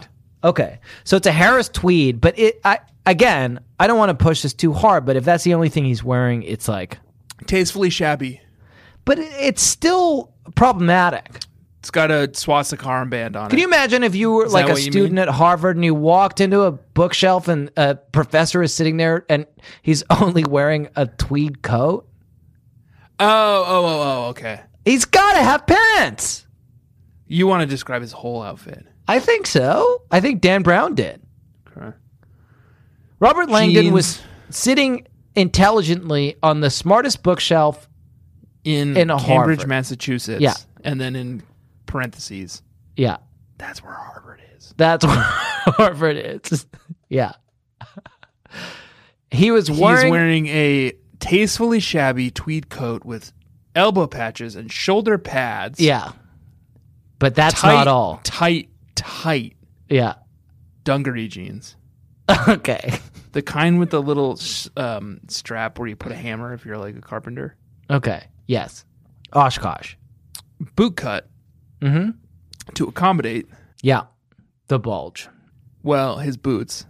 Okay. So it's a Harris tweed, but it I again, I don't want to push this too hard, but if that's the only thing he's wearing, it's like
Tastefully shabby.
but it, it's still problematic.
It's got a swastika armband on
Can
it.
you imagine if you were like
that
a
what you
student
mean?
at Harvard and you walked into a bookshelf and a professor is sitting there and he's only wearing a tweed coat?
oh, oh, oh, oh, okay.
He's got to have pants.
You want to describe his whole outfit.
I think so. I think Dan Brown did.
Okay.
Robert Langdon was
Jeans.
sitting intelligently on the smartest bookshelf
In,
In a
Cambridge,
Harvard.
Massachusetts.
Yeah.
And then in parentheses,
Yeah,
that's where Harvard is.
that's where Harvard is. Yeah. He was
He's
wearing,
wearing a tastefully shabby tweed coat with elbow patches and shoulder pads.
Yeah. But that's
tight,
not all.
Tight, tight
Yeah.
dungaree jeans.
Okay.
The kind with the little s- um, strap where you put a hammer if you're like a carpenter.
Okay. Yes. Oshkosh.
Boot cut
Mm-hmm.
to accommodate,
Yeah. The bulge.
well, his boots.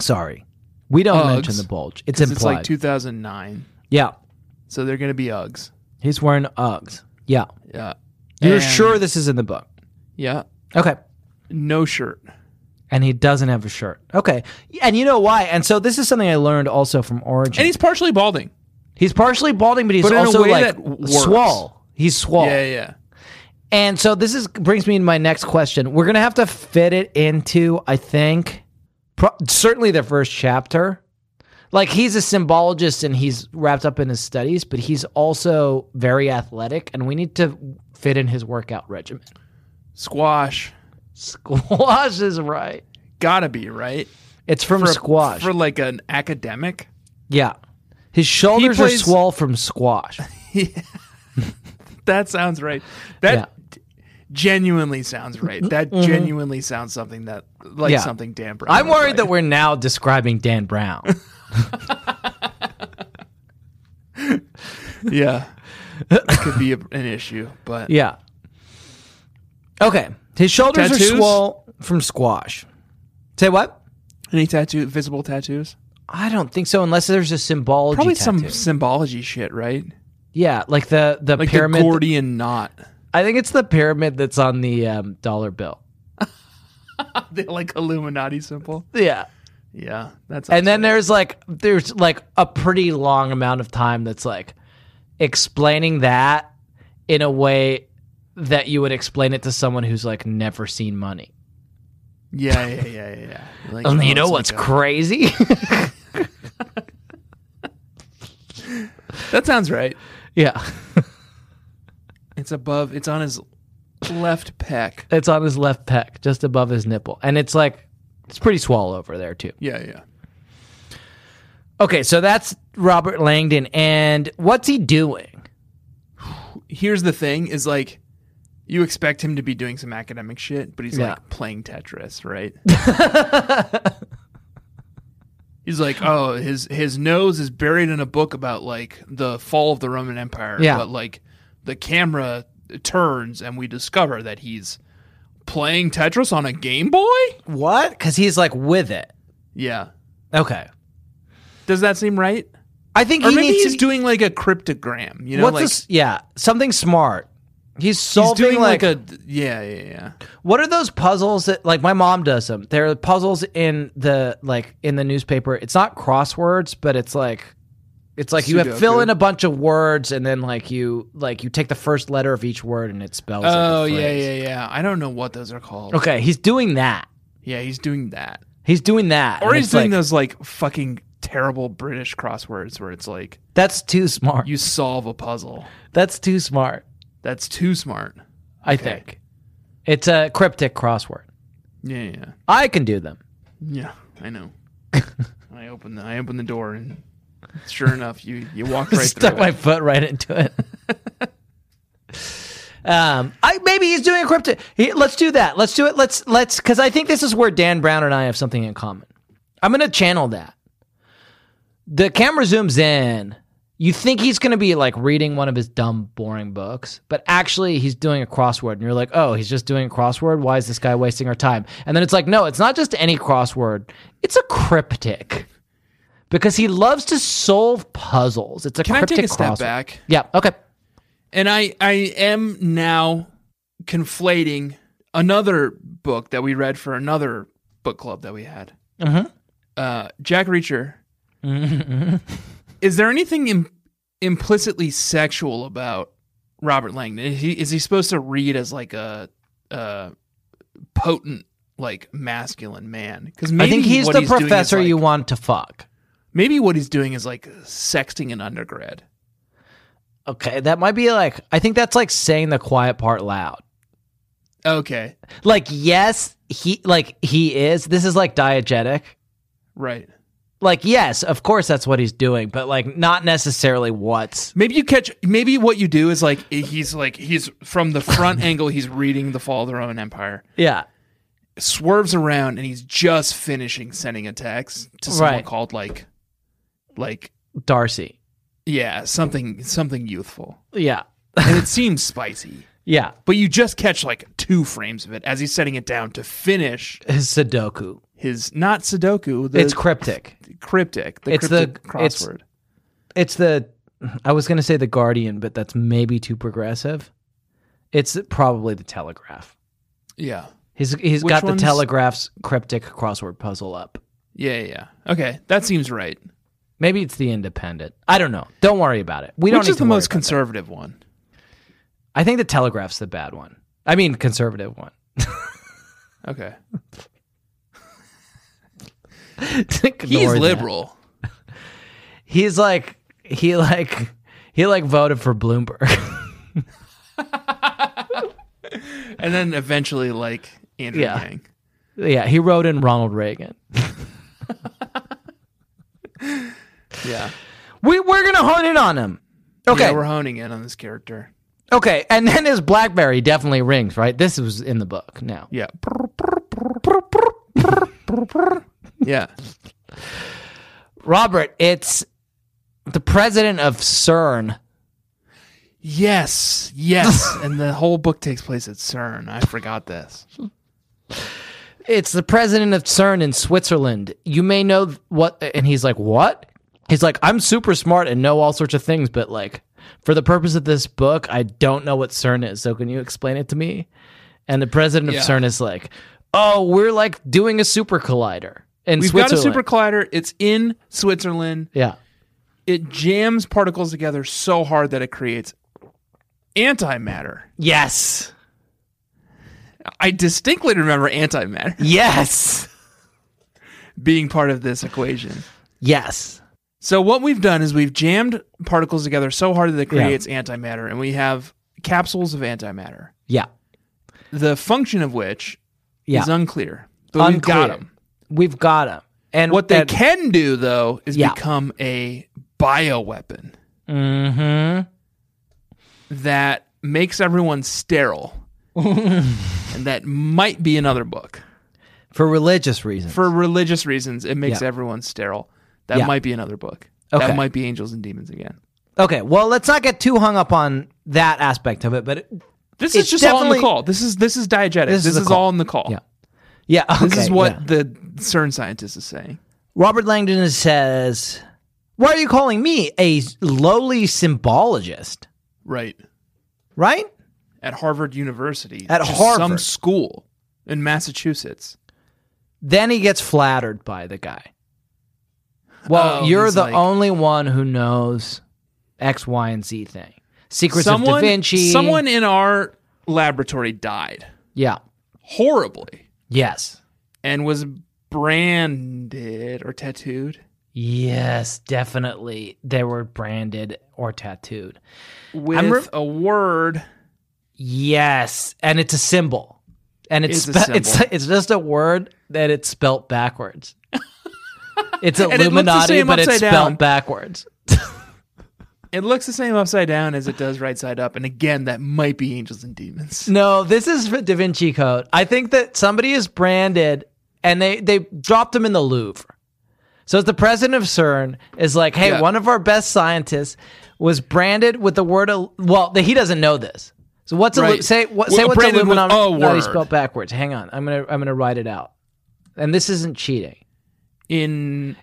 Sorry. We don't
Uggs.
mention the bulge. It's
'Cause
implied.
It's like 2009.
yeah.
So they're going to be Uggs.
He's wearing Uggs. Yeah.
Yeah.
You're
And-
sure this is in the book.
Yeah.
Okay.
No shirt.
and he doesn't have a shirt. Okay, and you know why? And so this is something I learned also from Origin.
And he's partially balding.
he's partially balding, but he's
But in a
also
way
like
that works.
swole. He's swole.
Yeah, yeah.
And so this is brings me to my next question. We're gonna have to fit it into, I think, pro- certainly the first chapter. Like he's a symbologist and he's wrapped up in his studies, but he's also very athletic, and we need to fit in his workout regimen.
Squash.
Squash is right.
Gotta be, right?
It's from
For a-
squash.
For like an academic?
yeah, his shoulders
plays-
are swell from squash.
That sounds right. That
Yeah. Mm-hmm.
d- genuinely sounds right. That genuinely sounds something that like
Yeah.
something Dan Brown.
I'm
would
worried
write.
that we're now describing Dan Brown.
yeah, it could be a, an issue, but
yeah. Okay, his shoulders
Tattoos?
are swell from squash. Say what?
any tattoo, visible tattoos,
I don't think so, unless there's a symbology.
probably some
tattoo.
symbology shit, right?
Yeah, like the the
Like
pyramid.
the Gordian knot,
I think it's the pyramid that's on the um, dollar bill.
The, like Illuminati symbol.
Yeah.
Yeah, that's
And then there's like there's like a pretty long amount of time that's like explaining that in a way that you would explain it to someone who's like never seen money. Oh,
yeah, yeah, yeah, yeah. yeah. Like,
And Um, you
it's
know
like
what's
a-
crazy?
that sounds right.
yeah.
It's above. It's on his left pec.
It's on his left pec, just above his nipple. And it's like it's pretty swell over there too.
Yeah, yeah.
Okay, so that's Robert Langdon and what's he doing?
here's the thing is like you expect him to be doing some academic shit, but he's
Yeah.
like playing Tetris, right? he's like, oh, his his nose is buried in a book about like the fall of the Roman Empire.
Yeah.
But like the camera turns and we discover that he's playing Tetris on a Game Boy?
What? Cuz he's like with it.
Yeah.
Okay.
Does that seem right?
I think
Or
he
maybe
needs
he's
to,
doing like a cryptogram, you know,
what's
like
this? Yeah, something smart. He's
he's
solving
doing
like,
like, a yeah, yeah, yeah.
what are those puzzles that like my mom does them. There are puzzles in the like in the newspaper. It's not crosswords, but it's like it's like you have fill
Sudoku.
in a bunch of words and then like you like you take the first letter of each word and it spells. like, a
Oh yeah,
phrase.
yeah, yeah. I don't know what those are called.
Okay, he's doing that.
Yeah, he's doing that.
He's doing that.
Or
and
he's
it's
doing
like,
those like fucking terrible British crosswords where it's like
That's too smart.
you solve a puzzle.
that's too smart.
That's too smart.
I think it's a cryptic crossword.
Yeah, yeah, yeah.
I can do them.
yeah. I know. I open the I open the door and sure enough, you you walk right
stuck
through.
my
it.
foot right into it. um, I maybe he's doing a crypto. he- let's do that. Let's do it. Let's let's because I think this is where Dan Brown and I have something in common. I'm gonna channel that. The camera zooms in. You think he's gonna be like reading one of his dumb, boring books, but actually he's doing a crossword, and you're like, "Oh, he's just doing a crossword. Why is this guy wasting our time?" And then it's like, "No, it's not just any crossword. It's a cryptic." Because he loves to solve puzzles. It's a
Can I
cryptic
take a step
crossword.
back?
Yeah. Okay.
And I I am now conflating another book that we read for another book club that we had.
Uh-huh.
Uh, Jack Reacher.
Mm-hmm.
is there anything Im- implicitly sexual about Robert Langdon? Is he, is he supposed to read as like a, a potent, like masculine man? Because
I think he's the professor
Doing is
you
like-
want to fuck.
maybe what he's doing is like sexting an undergrad.
Okay, that might be like I think that's like saying the quiet part loud.
Okay,
Like yes, he like he is. This is like diegetic.
right.
Like yes, of course that's what he's doing, but like not necessarily what's.
Maybe you catch. Maybe what you do is like he's like he's from the front angle. He's reading the Fall of the Roman Empire,
Yeah.
swerves around, and he's just finishing sending a text to someone
Right.
called like, like
Darcy.
yeah, something something youthful,
Yeah.
and it seems spicy.
Yeah.
But you just catch like two frames of it as he's setting it down to finish
His Sudoku.
his not Sudoku. The
it's cryptic.
cryptic. The
it's the-
cryptic
it's-
crossword.
It's the I was going to say the Guardian, but that's maybe too progressive. It's probably the Telegraph.
yeah.
He's he's
Which
got
one's-
the Telegraph's cryptic crossword puzzle up.
Yeah. Yeah. yeah. Okay, that seems right.
Maybe it's the Independent. I don't know. Don't worry about it. We don't.
Which
need
is
to
the
worry
most
about that.
conservative one?
I think the Telegraph's the bad one. I mean, conservative one.
Okay.
to ignore
He's
that.
liberal.
He's like he like he like voted for Bloomberg.
And then eventually, like, Andrew
Yeah.
Yang.
yeah, he wrote in Ronald Reagan.
Yeah.
We we're gonna hone in on him.
Yeah,
Okay.
we're honing in on this character.
okay. And then his BlackBerry definitely rings, right? This was in the book now.
Yeah. yeah.
Robert, it's the president of CERN.
Yes. Yes. and the whole book takes place at CERN. I forgot this.
It's the president of CERN in Switzerland. You may know th- what and he's like, "What?" He's like, "I'm super smart and know all sorts of things, but like for the purpose of this book, I don't know what CERN is. So can you explain it to me?" And the president of
Yeah.
CERN is like, "Oh, we're like doing a super collider in
We've got a
Switzerland."
super collider. It's in Switzerland.
yeah.
It jams particles together so hard that it creates antimatter.
Yes.
I distinctly remember antimatter
Yes.
being part of this equation.
Yes.
So what we've done is we've jammed particles together so hard that it creates antimatter, and we have capsules of antimatter.
Yeah.
The function of which
Yeah.
is unclear, but we've got
Unclear.
them.
We've got him. And
What they
and-
can do though is
Yeah.
become a bioweapon
Mm-hmm.
that makes everyone sterile, and that might be another book
for religious reasons.
for religious reasons. It makes
Yeah.
everyone sterile. That
Yeah.
might be another book.
Okay.
That might be Angels and Demons again.
Okay, well, let's not get too hung up on that aspect of it, but it-
This
It's
is just all in the
definitely-
call. This is this is diegetic.
This
This,
is
is,
the call.
all in the call.
Yeah. yeah,
This
okay,
is what
yeah.
the CERN scientist is saying.
Robert Langdon says. Why are you calling me a lowly symbologist?
Right.
Right?
At Harvard University.
At
just
Harvard.
Some school in Massachusetts.
Then he gets flattered by the guy. Well,
Oh,
you're
he's
the
like-
only one who knows X, Y, and Z thing. Secrets of Da Vinci.
someone in our laboratory died
Yeah.
horribly
Yes.
and was branded or tattooed.
Yes, definitely. They were branded or tattooed.
With
I'm re-
a word,
Yes, and it's a symbol, and it's
It's a
spe- it's
symbol.
it's just a word that it's spelt backwards. It's
it looks the
Illuminati,
same
but it's
upside
spelt
down.
backwards.
it looks the same upside down as it does right side up. And again, that might be angels and demons.
No, this is for Da Vinci Code. I think that somebody is branded, and they they dropped him in the Louvre. So the president of CERN is like, hey,
Yeah.
one of our best scientists was branded with the word. Ill- Well, he doesn't know this. So what's a
Right.
say? What
Well,
say? What's
branded with
Illuminati?
a
No, he
word.
spelled backwards. Hang on, I'm gonna I'm gonna write it out. And this isn't cheating.
In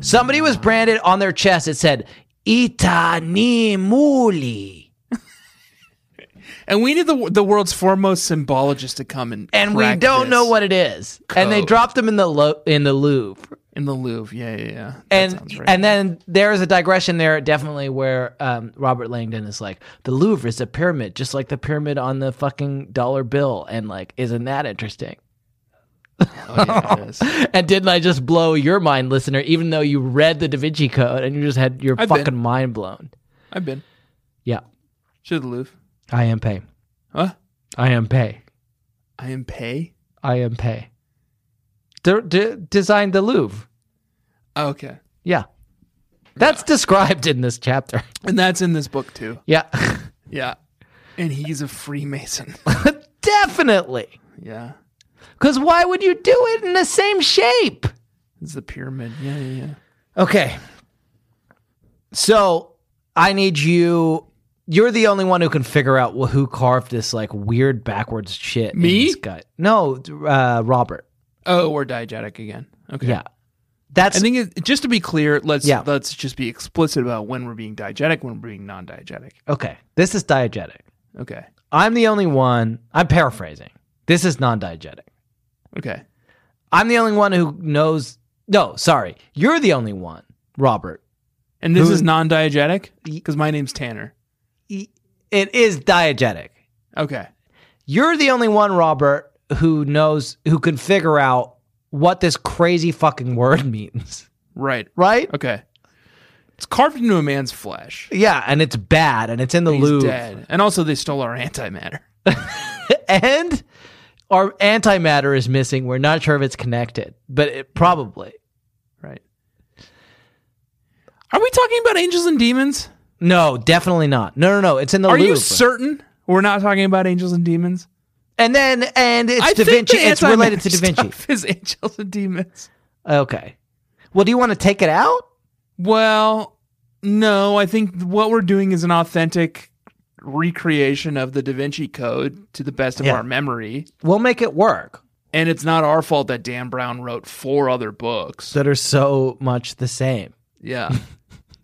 Somebody was branded on their chest. It said Itanimuli,
And we need the the world's foremost symbologist to come and
and we
crack
don't
this
know what it is. And they
code.
dropped them in the lo- in the Louvre.
in the Louvre. Yeah, yeah, yeah. That
And
sounds right.
and then there is a digression there, definitely, where um, Robert Langdon is like, the Louvre is a pyramid, just like the pyramid on the fucking dollar bill, and like, isn't that interesting?
oh, yeah, it is.
And didn't I just blow your mind, listener? Even though you read the Da Vinci Code and you just had your
I've been.
fucking mind blown.
I've been
Yeah,
to the Louvre.
I am pay.
Huh?
I am pay.
I am pay.
I am Pei. De- de- designed the Louvre.
Oh, okay,
Yeah. That's described in this chapter.
and that's in this book too.
Yeah.
Yeah, and he's a Freemason.
Definitely.
yeah,
Because why would you do it in the same shape?
it's the pyramid. Yeah, yeah, yeah.
Okay. So I need you. You're the only one who can figure out wh- who carved this like weird backwards shit. in
Me?
this guy. No, uh, Robert.
Oh, we're diegetic again. Okay.
Yeah. That's
I think it, just to be clear, let's
Yeah.
let's just be explicit about when we're being diegetic, when we're being non-diegetic.
okay. This is diegetic.
Okay.
I'm the only one. I'm paraphrasing. This is non diegetic.
Okay.
I'm the only one who knows. No, sorry. You're the only one, Robert.
And this
Who-
is non-diegetic because my name's Tanner.
E, It is diegetic.
Okay.
You're the only one, Robert, who knows, who can figure out what this crazy fucking word means.
Right.
Right?
Okay. It's carved into a man's flesh.
Yeah, and it's bad and it's in the
He's
Louvre.
dead. And also, they stole our antimatter.
and our antimatter is missing. We're not sure if it's connected, but it probably.
Right. Are we talking about angels and demons?
No, definitely not. No, no, no. It's in the
Are
Louvre.
you certain we're not talking about angels and demons?
and then and it's Da
think
Vinci.
the
It's related to Da
antimatter
Vinci.
stuff Is angels and demons?
Okay. Well, do you want to take it out?
Well, no. I think what we're doing is an authentic recreation of the Da Vinci Code to the best of
Yeah.
our memory,
We'll make it work.
and it's not our fault that Dan Brown wrote four other books.
That are so much the same.
Yeah.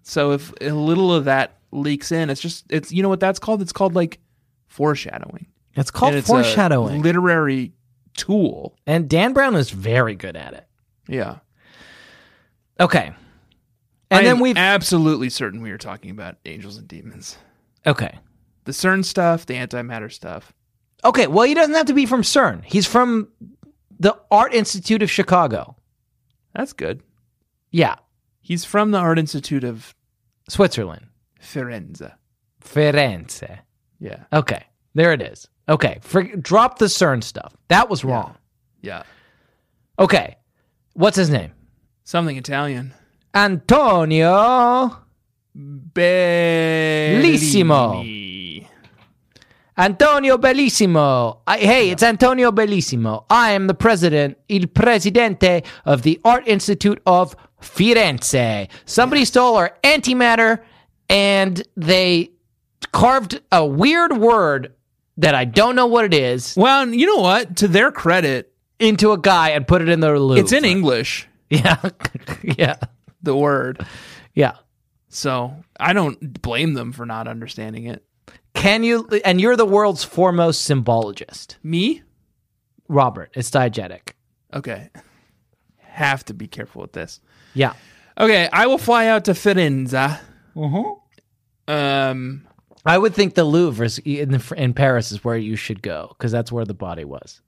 so if a little of that leaks in, it's just it's you know what that's called? It's called like foreshadowing.
It's called
And it's a
foreshadowing.
literary tool.
and Dan Brown is very good at it.
Yeah.
Okay.
I
And then
am
we've
absolutely certain we are talking about angels and demons.
Okay.
The CERN stuff, the antimatter stuff.
Okay, well he doesn't have to be from CERN. He's from the Art Institute of Chicago.
That's good.
Yeah.
He's from the Art Institute of
Switzerland.
Firenze.
Firenze.
Yeah.
Okay. There it is. Okay. For, drop the CERN stuff. That was wrong.
Yeah.
Okay. What's his name?
Something Italian.
Antonio.
Bellissimo.
Antonio Bellissimo. I, hey, it's Antonio Bellissimo. I am the president, il presidente of the Art Institute of Firenze. Somebody stole our antimatter and they carved a weird word that I don't know what it is
Well, you know what? To their credit,
into a guy and put it in the Louvre.
it's in English,
Yeah. yeah.
the word.
Yeah.
So I don't blame them for not understanding it.
Can you, and you're the world's foremost symbologist.
Me?
Robert, it's diegetic.
Okay. Have to be careful with this.
Yeah.
Okay, I will fly out to Firenze. Uh-huh.
Mm-hmm.
Um,
I would think the Louvre is, in, in Paris is where you should go because that's where the body was.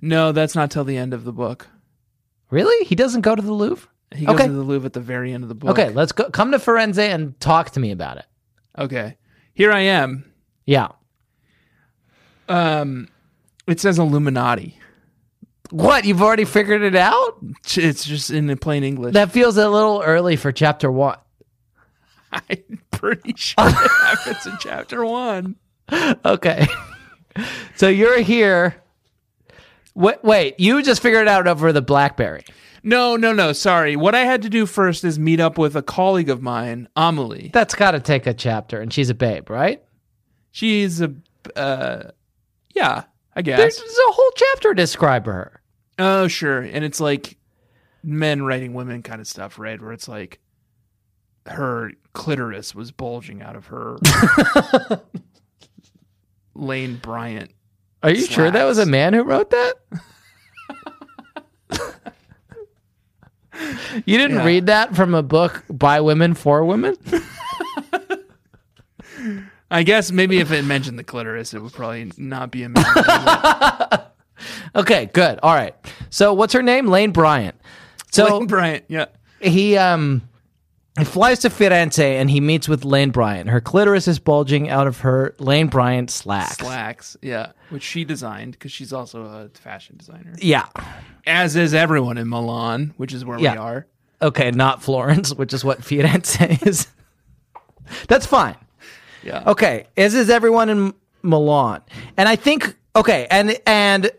no, that's not till the end of the book.
Really? He doesn't go to the Louvre?
He goes
Okay.
to the Louvre at the very end of the book.
Okay, let's go. Come to Firenze and talk to me about it.
Okay. Here I am.
Yeah.
Um, it says Illuminati.
What? You've already figured it out?
It's just in plain English.
That feels a little early for chapter one.
I'm pretty sure it happens in chapter one.
Okay. so you're here. Wait, wait, you just figured it out over the Blackberry.
No, no, no. Sorry. What I had to do first is meet up with a colleague of mine, Amelie.
That's got to take a chapter, and she's a babe, right?
She's a, uh, yeah, I
There's,
guess.
there's a whole chapter to describe her.
Oh, sure. And it's like men writing women kind of stuff, right? Where it's like her clitoris was bulging out of her Lane Bryant.
Are you sure that was a
Slacks.
man who wrote that? you didn't
Yeah.
read that from a book by women for women?
I guess maybe if it mentioned the clitoris, it would probably not be a man.
Okay, good. All right. So what's her name? Lane Bryant. So
Lane Bryant, yeah.
he um he flies to Firenze and he meets with Lane Bryant. Her clitoris is bulging out of her Lane Bryant slacks.
Slacks, yeah. Which she designed because she's also a fashion designer.
Yeah.
As is everyone in Milan, which is where
Yeah.
we are.
Okay, not Florence, which is what Firenze is. That's fine.
Yeah.
Okay, as is everyone in Milan, and I think okay, and and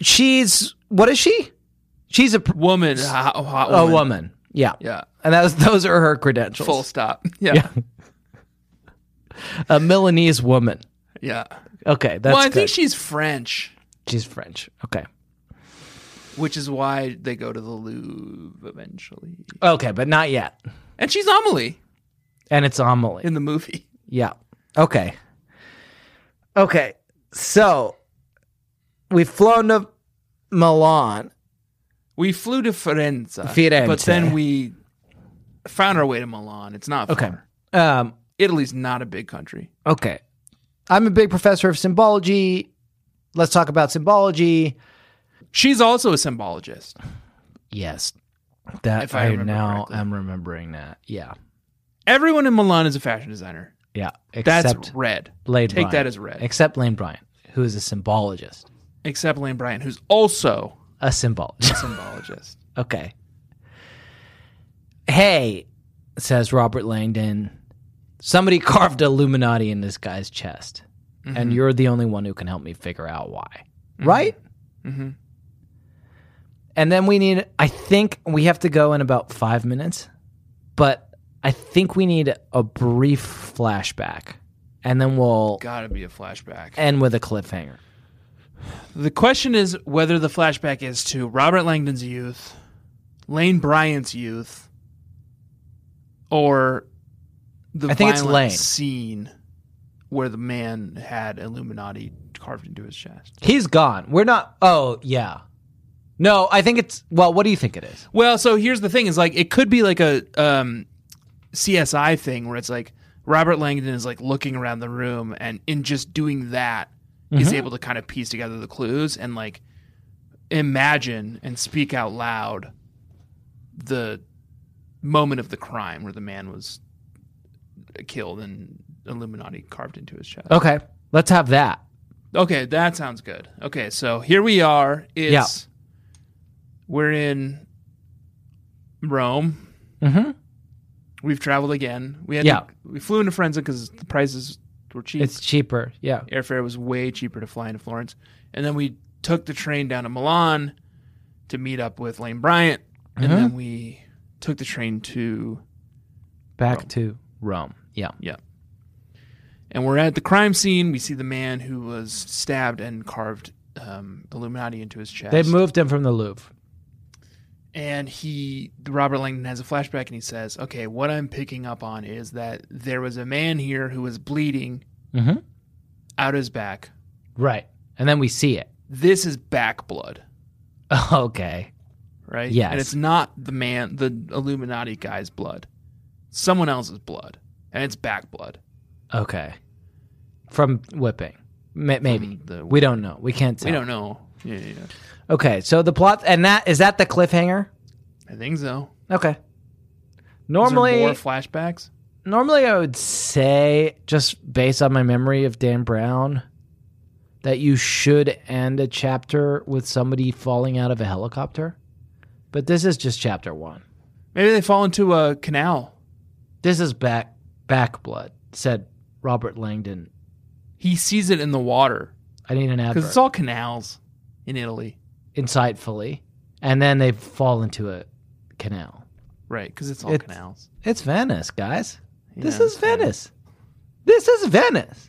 she's what is she? She's a pr-
Woman, hot, hot
a
woman.
woman, yeah,
Yeah.
and that was, those are her credentials.
Full stop.
Yeah. a Milanese woman.
Yeah. yeah.
Okay, that's
Well, I
good.
think she's French.
she's French. Okay,
which is why they go to the Louvre eventually.
okay, but not yet.
And she's Amelie
And it's Amelie.
in the movie.
Yeah. Okay. Okay. So we've flown to Milan.
We flew to Firenze,
Firenze.
but then we found our way to Milan. It's not far.
Okay. Um,
Italy's not a big country.
Okay. I'm a big professor of symbology. Let's talk about symbology.
She's also a symbologist.
Yes. That
If I
I,
remember
now
correctly.
am remembering that. Yeah.
Everyone in Milan is a fashion designer.
Yeah.
That's
Except
red.
Lane
Take
Bryant.
that as red.
Except Lane Bryant, who is a symbologist.
Except Lane Bryant, who's also
A symbologist.
a symbologist.
Okay. Hey, says Robert Langdon, somebody carved Illuminati in this guy's chest, and you're the only one who can help me figure out why. Right? Mm-hmm. And then we need, I think we have to go in about five minutes, but I think we need a brief flashback, and then we'll
Gotta be a flashback.
end with a cliffhanger.
The question is whether the flashback is to Robert Langdon's youth, Lane Bryant's youth, or the
I think it's
violent
Lane.
scene where the man had Illuminati carved into his chest.
He's gone. We're not, oh, yeah. No, I think it's, well, what do you think it is?
Well, so here's the thing: is like it could be like a um, CSI thing where it's like Robert Langdon is like looking around the room, and in just doing that,
Mm-hmm.
he's able to kind of piece together the clues and like imagine and speak out loud the moment of the crime where the man was killed and Illuminati carved into his chest.
Okay, let's have that.
Okay, that sounds good. Okay, so here we are. It's
Yeah.
we're in Rome.
Mm-hmm.
We've traveled again. We had
Yeah.
to- we flew into Firenze because the prices were cheap.
It's cheaper. Yeah.
Airfare was way cheaper to fly into Florence, and then we took the train down to Milan to meet up with Lane Bryant,
Uh-huh.
and then we took the train to
Back to Rome. Yeah.
yeah. And we're at the crime scene. We see the man who was stabbed and carved um, Illuminati into his chest.
They moved him from the Louvre.
and he Robert Langdon has a flashback and he says, "Okay, what I'm picking up on is that there was a man here who was bleeding
Mhm.
out his back.
Right. And then we see it.
This is back blood,
Okay.
right?
Yes.
And it's not the man, the Illuminati guy's blood. Someone else's blood, and it's back blood.
Okay. From whipping. Ma maybe.
From the-
we don't know. We can't tell.
We don't know. Yeah, yeah, yeah.
Okay. So the plot, and that, is that the cliffhanger?
I think so.
Okay.
Is there more
Normally,
flashbacks.
normally I would say, just based on my memory of Dan Brown, that you should end a chapter with somebody falling out of a helicopter. But this is just chapter one.
Maybe they fall into a canal.
This is back back blood, said Robert Langdon.
He sees it in the water
I need an advert.
because it's all canals in Italy,
insightfully. And then they fall into a canal.
right? Because it's all
It's-
canals.
It's Venice, guys. this
Yeah,
is
it's Venice.
Venice. This is Venice.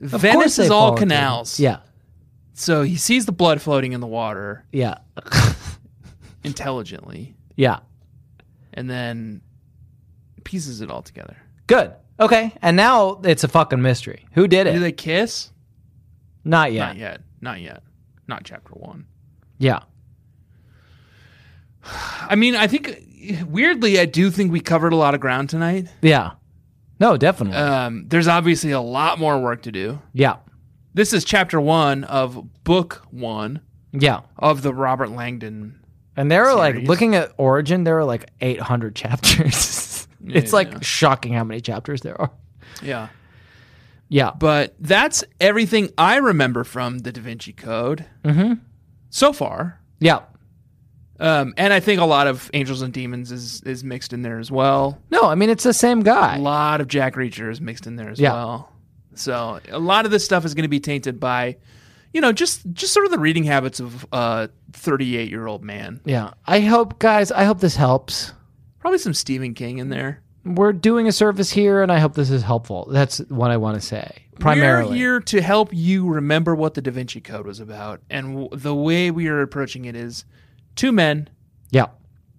Of course
Venice
they
is all
fall into-
canals.
Yeah.
So he sees the blood floating in the water
Yeah.
intelligently
yeah.
and then pieces it all together.
Good. Okay. And now it's a fucking mystery. Who did it?
Do they kiss?
Not yet.
Not yet. Not yet. Not chapter one.
Yeah.
I mean, I think weirdly, I do think we covered a lot of ground tonight.
Yeah. No, definitely.
Um, there's obviously a lot more work to do.
yeah.
This is chapter one of book one
Yeah.
of the Robert Langdon.
And they were like
Series.
looking at Origin, there were like 800 chapters. it's
Yeah.
like shocking how many chapters there are.
Yeah.
Yeah.
But that's everything I remember from the Da Vinci Code mm-hmm. so far.
Yeah.
Um, and I think a lot of Angels and Demons is is mixed in there as well.
No, I mean it's the same
A
guy.
lot of Jack Reacher is mixed in there as
Yeah.
well. So a lot of this stuff is going to be tainted by, you know, just just sort of the reading habits of a 38 year old man.
Yeah. I hope guys, I hope this helps.
Probably some Stephen King in there.
We're doing a service here and I hope this is helpful. That's what I want to say.
We're
Primarily.
here to help you remember what the Da Vinci Code was about, and w- the way we are approaching it is two men
Yeah.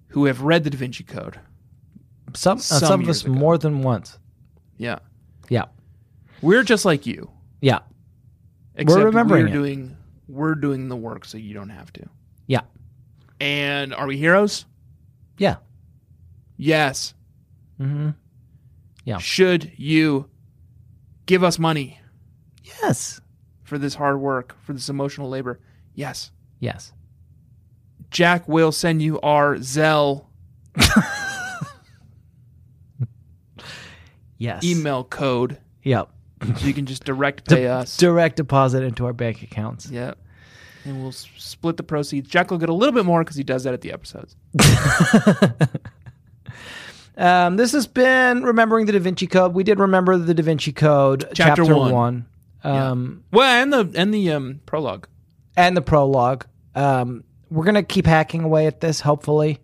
who have read the Da Vinci Code.
Some uh, some,
Some
of us
years ago.
more than once.
Yeah,
Yeah.
we're just like you.
Yeah.
Except
remembering
we're
it.
doing we're doing the work so you don't have to.
Yeah.
And are we heroes?
Yeah.
Yes.
Mhm. Yeah.
Should you give us money
Yes.
for this hard work, for this emotional labor? Yes.
Yes.
Jack will send you our Zell
Yes.
email code.
Yep.
You can just direct pay us.
Direct deposit into our bank accounts.
Yep. And we'll s- split the proceeds. Jack will get a little bit more because he does that at the episodes.
Um, this has been remembering the Da Vinci Code. We did remember the Da Vinci Code,
Chapter one.
um,
Well, and the and the um, prologue.
and the prologue. Um, we're gonna keep hacking away at this, hopefully.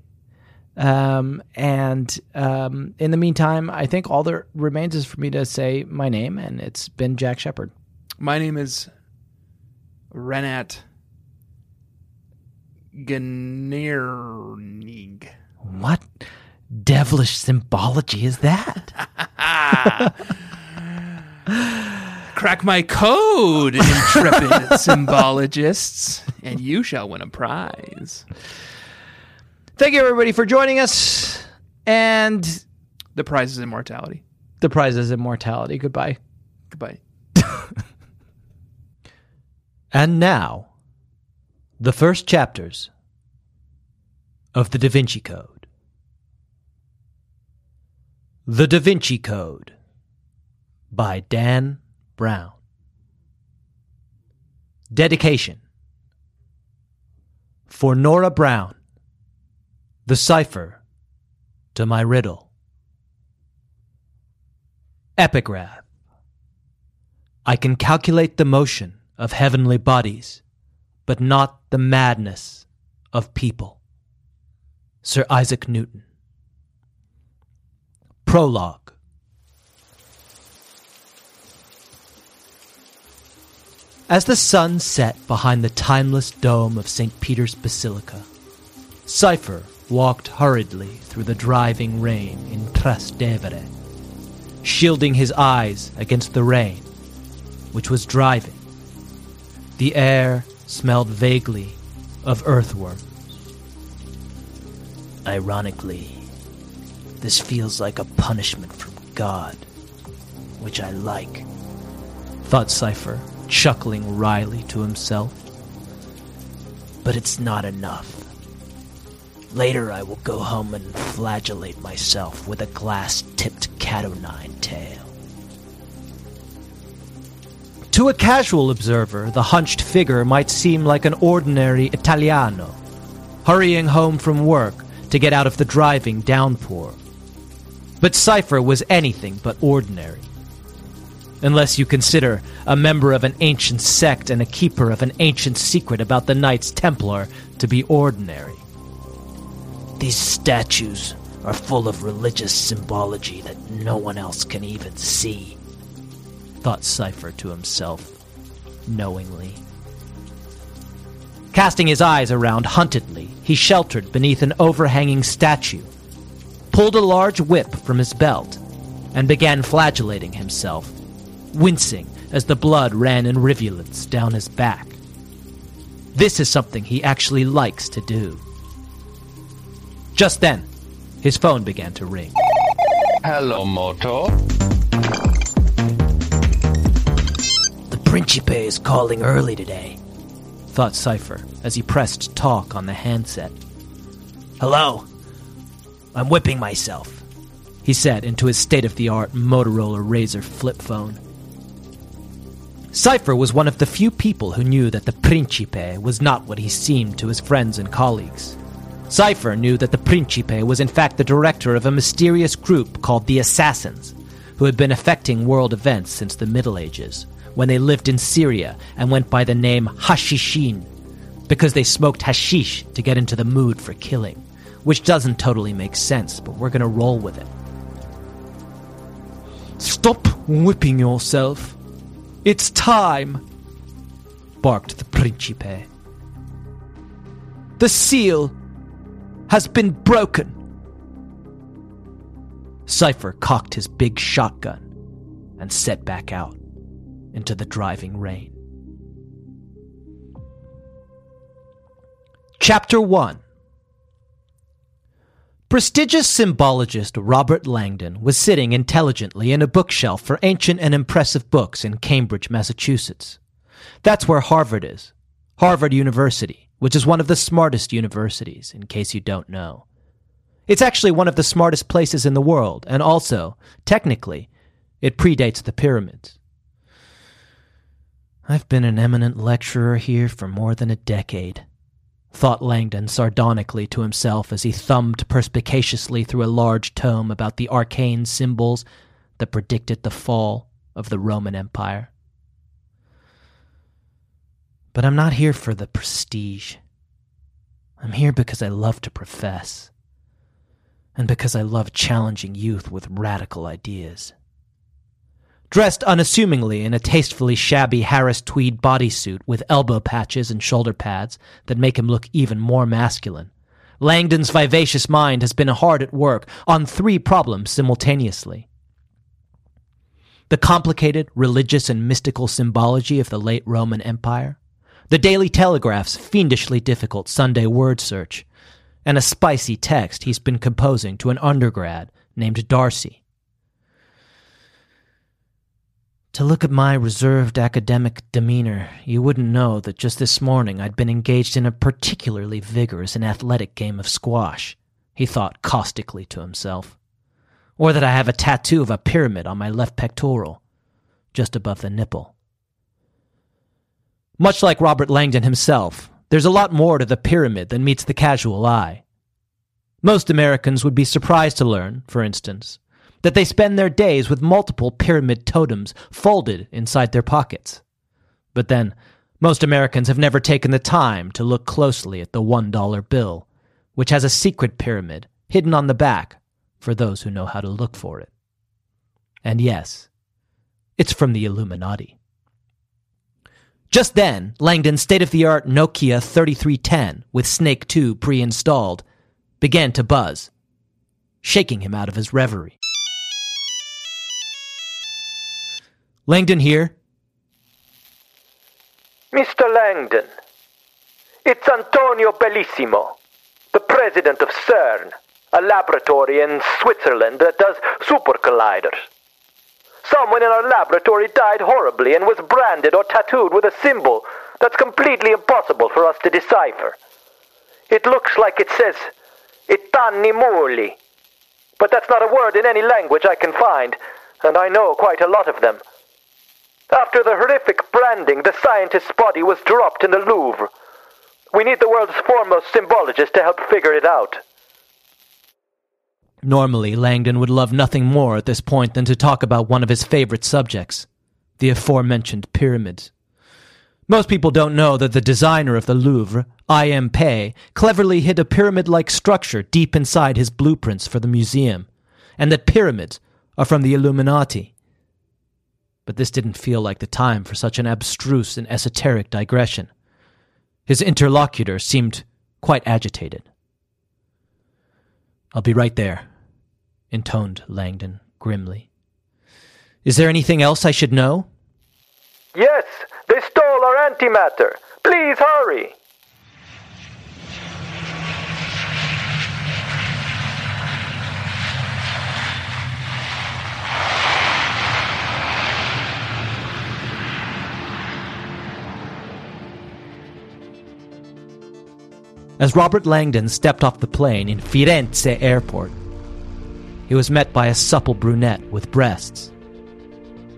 Um, and um, in the meantime, I think all that remains is for me to say my name, and it's been Jack Shepard.
My name is Renat Ganirnig.
What devilish symbology is that?
Crack my code, intrepid symbologists, and you shall win a prize.
Thank you, everybody, for joining us. And
The prize is immortality.
the prize is immortality. Goodbye.
Goodbye.
And now, the first chapters of The Da Vinci Code. The Da Vinci Code by Dan Brown. Dedication for Nora Brown, the cipher to my riddle. Epigraph. I can calculate the motion of heavenly bodies, but not the madness of people. Sir Isaac Newton. Prologue. As the sun set behind the timeless dome of St. Peter's Basilica, Cypher walked hurriedly through the driving rain in Trastevere, shielding his eyes against the rain which was driving. The air smelled vaguely of earthworms. Ironically, this feels like a punishment from God, which I like, thought Cypher, chuckling wryly to himself. But it's not enough. Later, I will go home and flagellate myself with a glass tipped cat o' nine tail. To a casual observer, the hunched figure might seem like an ordinary Italiano, hurrying home from work to get out of the driving downpour. But Cypher was anything but ordinary. Unless you consider a member of an ancient sect and a keeper of an ancient secret about the Knights Templar to be ordinary. These statues are full of religious symbology that no one else can even see thought Cypher to himself, knowingly. Casting his eyes around huntedly, he sheltered beneath an overhanging statue, pulled a large whip from his belt, and began flagellating himself, wincing as the blood ran in rivulets down his back. This is something he actually likes to do. Just then, his phone began to ring.
Hello, Moto.
The Principe is calling early today, thought Cypher as he pressed talk on the handset. Hello? I'm whipping myself, he said into his state of the art Motorola Razor flip phone. Cypher was one of the few people who knew that the Principe was not what he seemed to his friends and colleagues. Cypher knew that the Principe was in fact the director of a mysterious group called the Assassins, who had been affecting world events since the Middle Ages, when they lived in Syria and went by the name Hashishin, because they smoked hashish to get into the mood for killing, which doesn't totally make sense, but we're gonna roll with it. Stop whipping yourself. It's time, barked the Principe. The seal has been broken. Cypher cocked his big shotgun and set back out into the driving rain. Chapter 1 Prestigious symbologist Robert Langdon was sitting intelligently in a bookshelf for ancient and impressive books in Cambridge, Massachusetts. That's where Harvard is, Harvard University, which is one of the smartest universities, in case you don't know. It's actually one of the smartest places in the world, and also, technically, it predates the pyramids. I've been an eminent lecturer here for more than a decade, thought Langdon sardonically to himself as he thumbed perspicaciously through a large tome about the arcane symbols that predicted the fall of the Roman Empire. But I'm not here for the prestige. I'm here because I love to profess, and because I love challenging youth with radical ideas. Dressed unassumingly in a tastefully shabby Harris tweed bodysuit with elbow patches and shoulder pads that make him look even more masculine, Langdon's vivacious mind has been hard at work on three problems simultaneously the complicated religious and mystical symbology of the late Roman Empire, the Daily Telegraph's fiendishly difficult Sunday word search, and a spicy text he's been composing to an undergrad named Darcy. To look at my reserved academic demeanor, you wouldn't know that just this morning I'd been engaged in a particularly vigorous and athletic game of squash, he thought caustically to himself or that I have a tattoo of a pyramid on my left pectoral, just above the nipple. Much like Robert Langdon himself, there's a lot more to the pyramid than meets the casual eye. Most Americans would be surprised to learn, for instance, that they spend their days with multiple pyramid totems folded inside their pockets. But then, most Americans have never taken the time to look closely at the $1 bill, which has a secret pyramid hidden on the back for those who know how to look for it. And yes, it's from the Illuminati. Just then, Langdon's state of the art Nokia 3310 with Snake 2 pre installed began to buzz, shaking him out of his reverie. Langdon here.
Mr. Langdon, it's Antonio Bellissimo, the president of CERN a laboratory in Switzerland that does super colliders. Someone in our laboratory died horribly and was branded or tattooed with a symbol that's completely impossible for us to decipher. It looks like it says Itanni Muli, but that's not a word in any language I can find, and I know quite a lot of them. After the horrific branding, the scientist's body was dropped in the Louvre. We need the world's foremost symbologist to help figure it out.
Normally, Langdon would love nothing more at this point than to talk about one of his favorite subjects, the aforementioned pyramids. Most people don't know that the designer of the Louvre, I.M. Pei, cleverly hid a pyramid like structure deep inside his blueprints for the museum, and that pyramids are from the Illuminati. But this didn't feel like the time for such an abstruse and esoteric digression. His interlocutor seemed quite agitated. I'll be right there intoned Langdon grimly. Is there anything else I should know?
Yes, they stole our antimatter. Please hurry.
As Robert Langdon stepped off the plane in Firenze Airport, he was met by a supple brunette with breasts.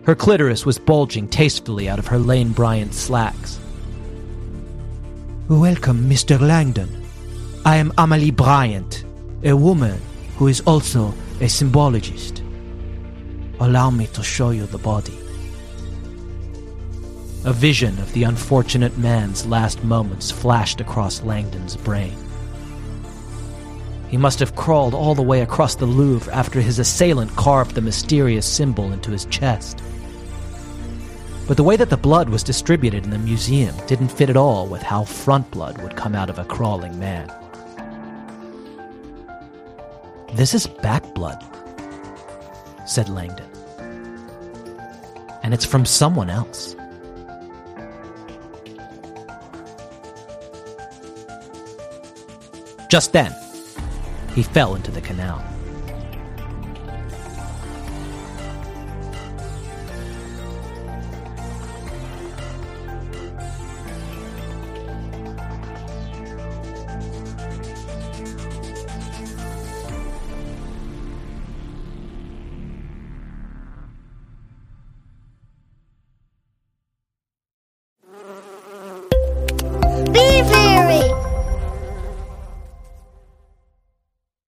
Her clitoris was bulging tastefully out of her Lane Bryant slacks.
Welcome, Mr. Langdon. I am Amelie Bryant, a woman who is also a symbologist. Allow me to show you the body.
A vision of the unfortunate man's last moments flashed across Langdon's brain. He must have crawled all the way across the Louvre after his assailant carved the mysterious symbol into his chest. But the way that the blood was distributed in the museum didn't fit at all with how front blood would come out of a crawling man. This is back blood, said Langdon. And it's from someone else. Just then, he fell into the canal.
Theory.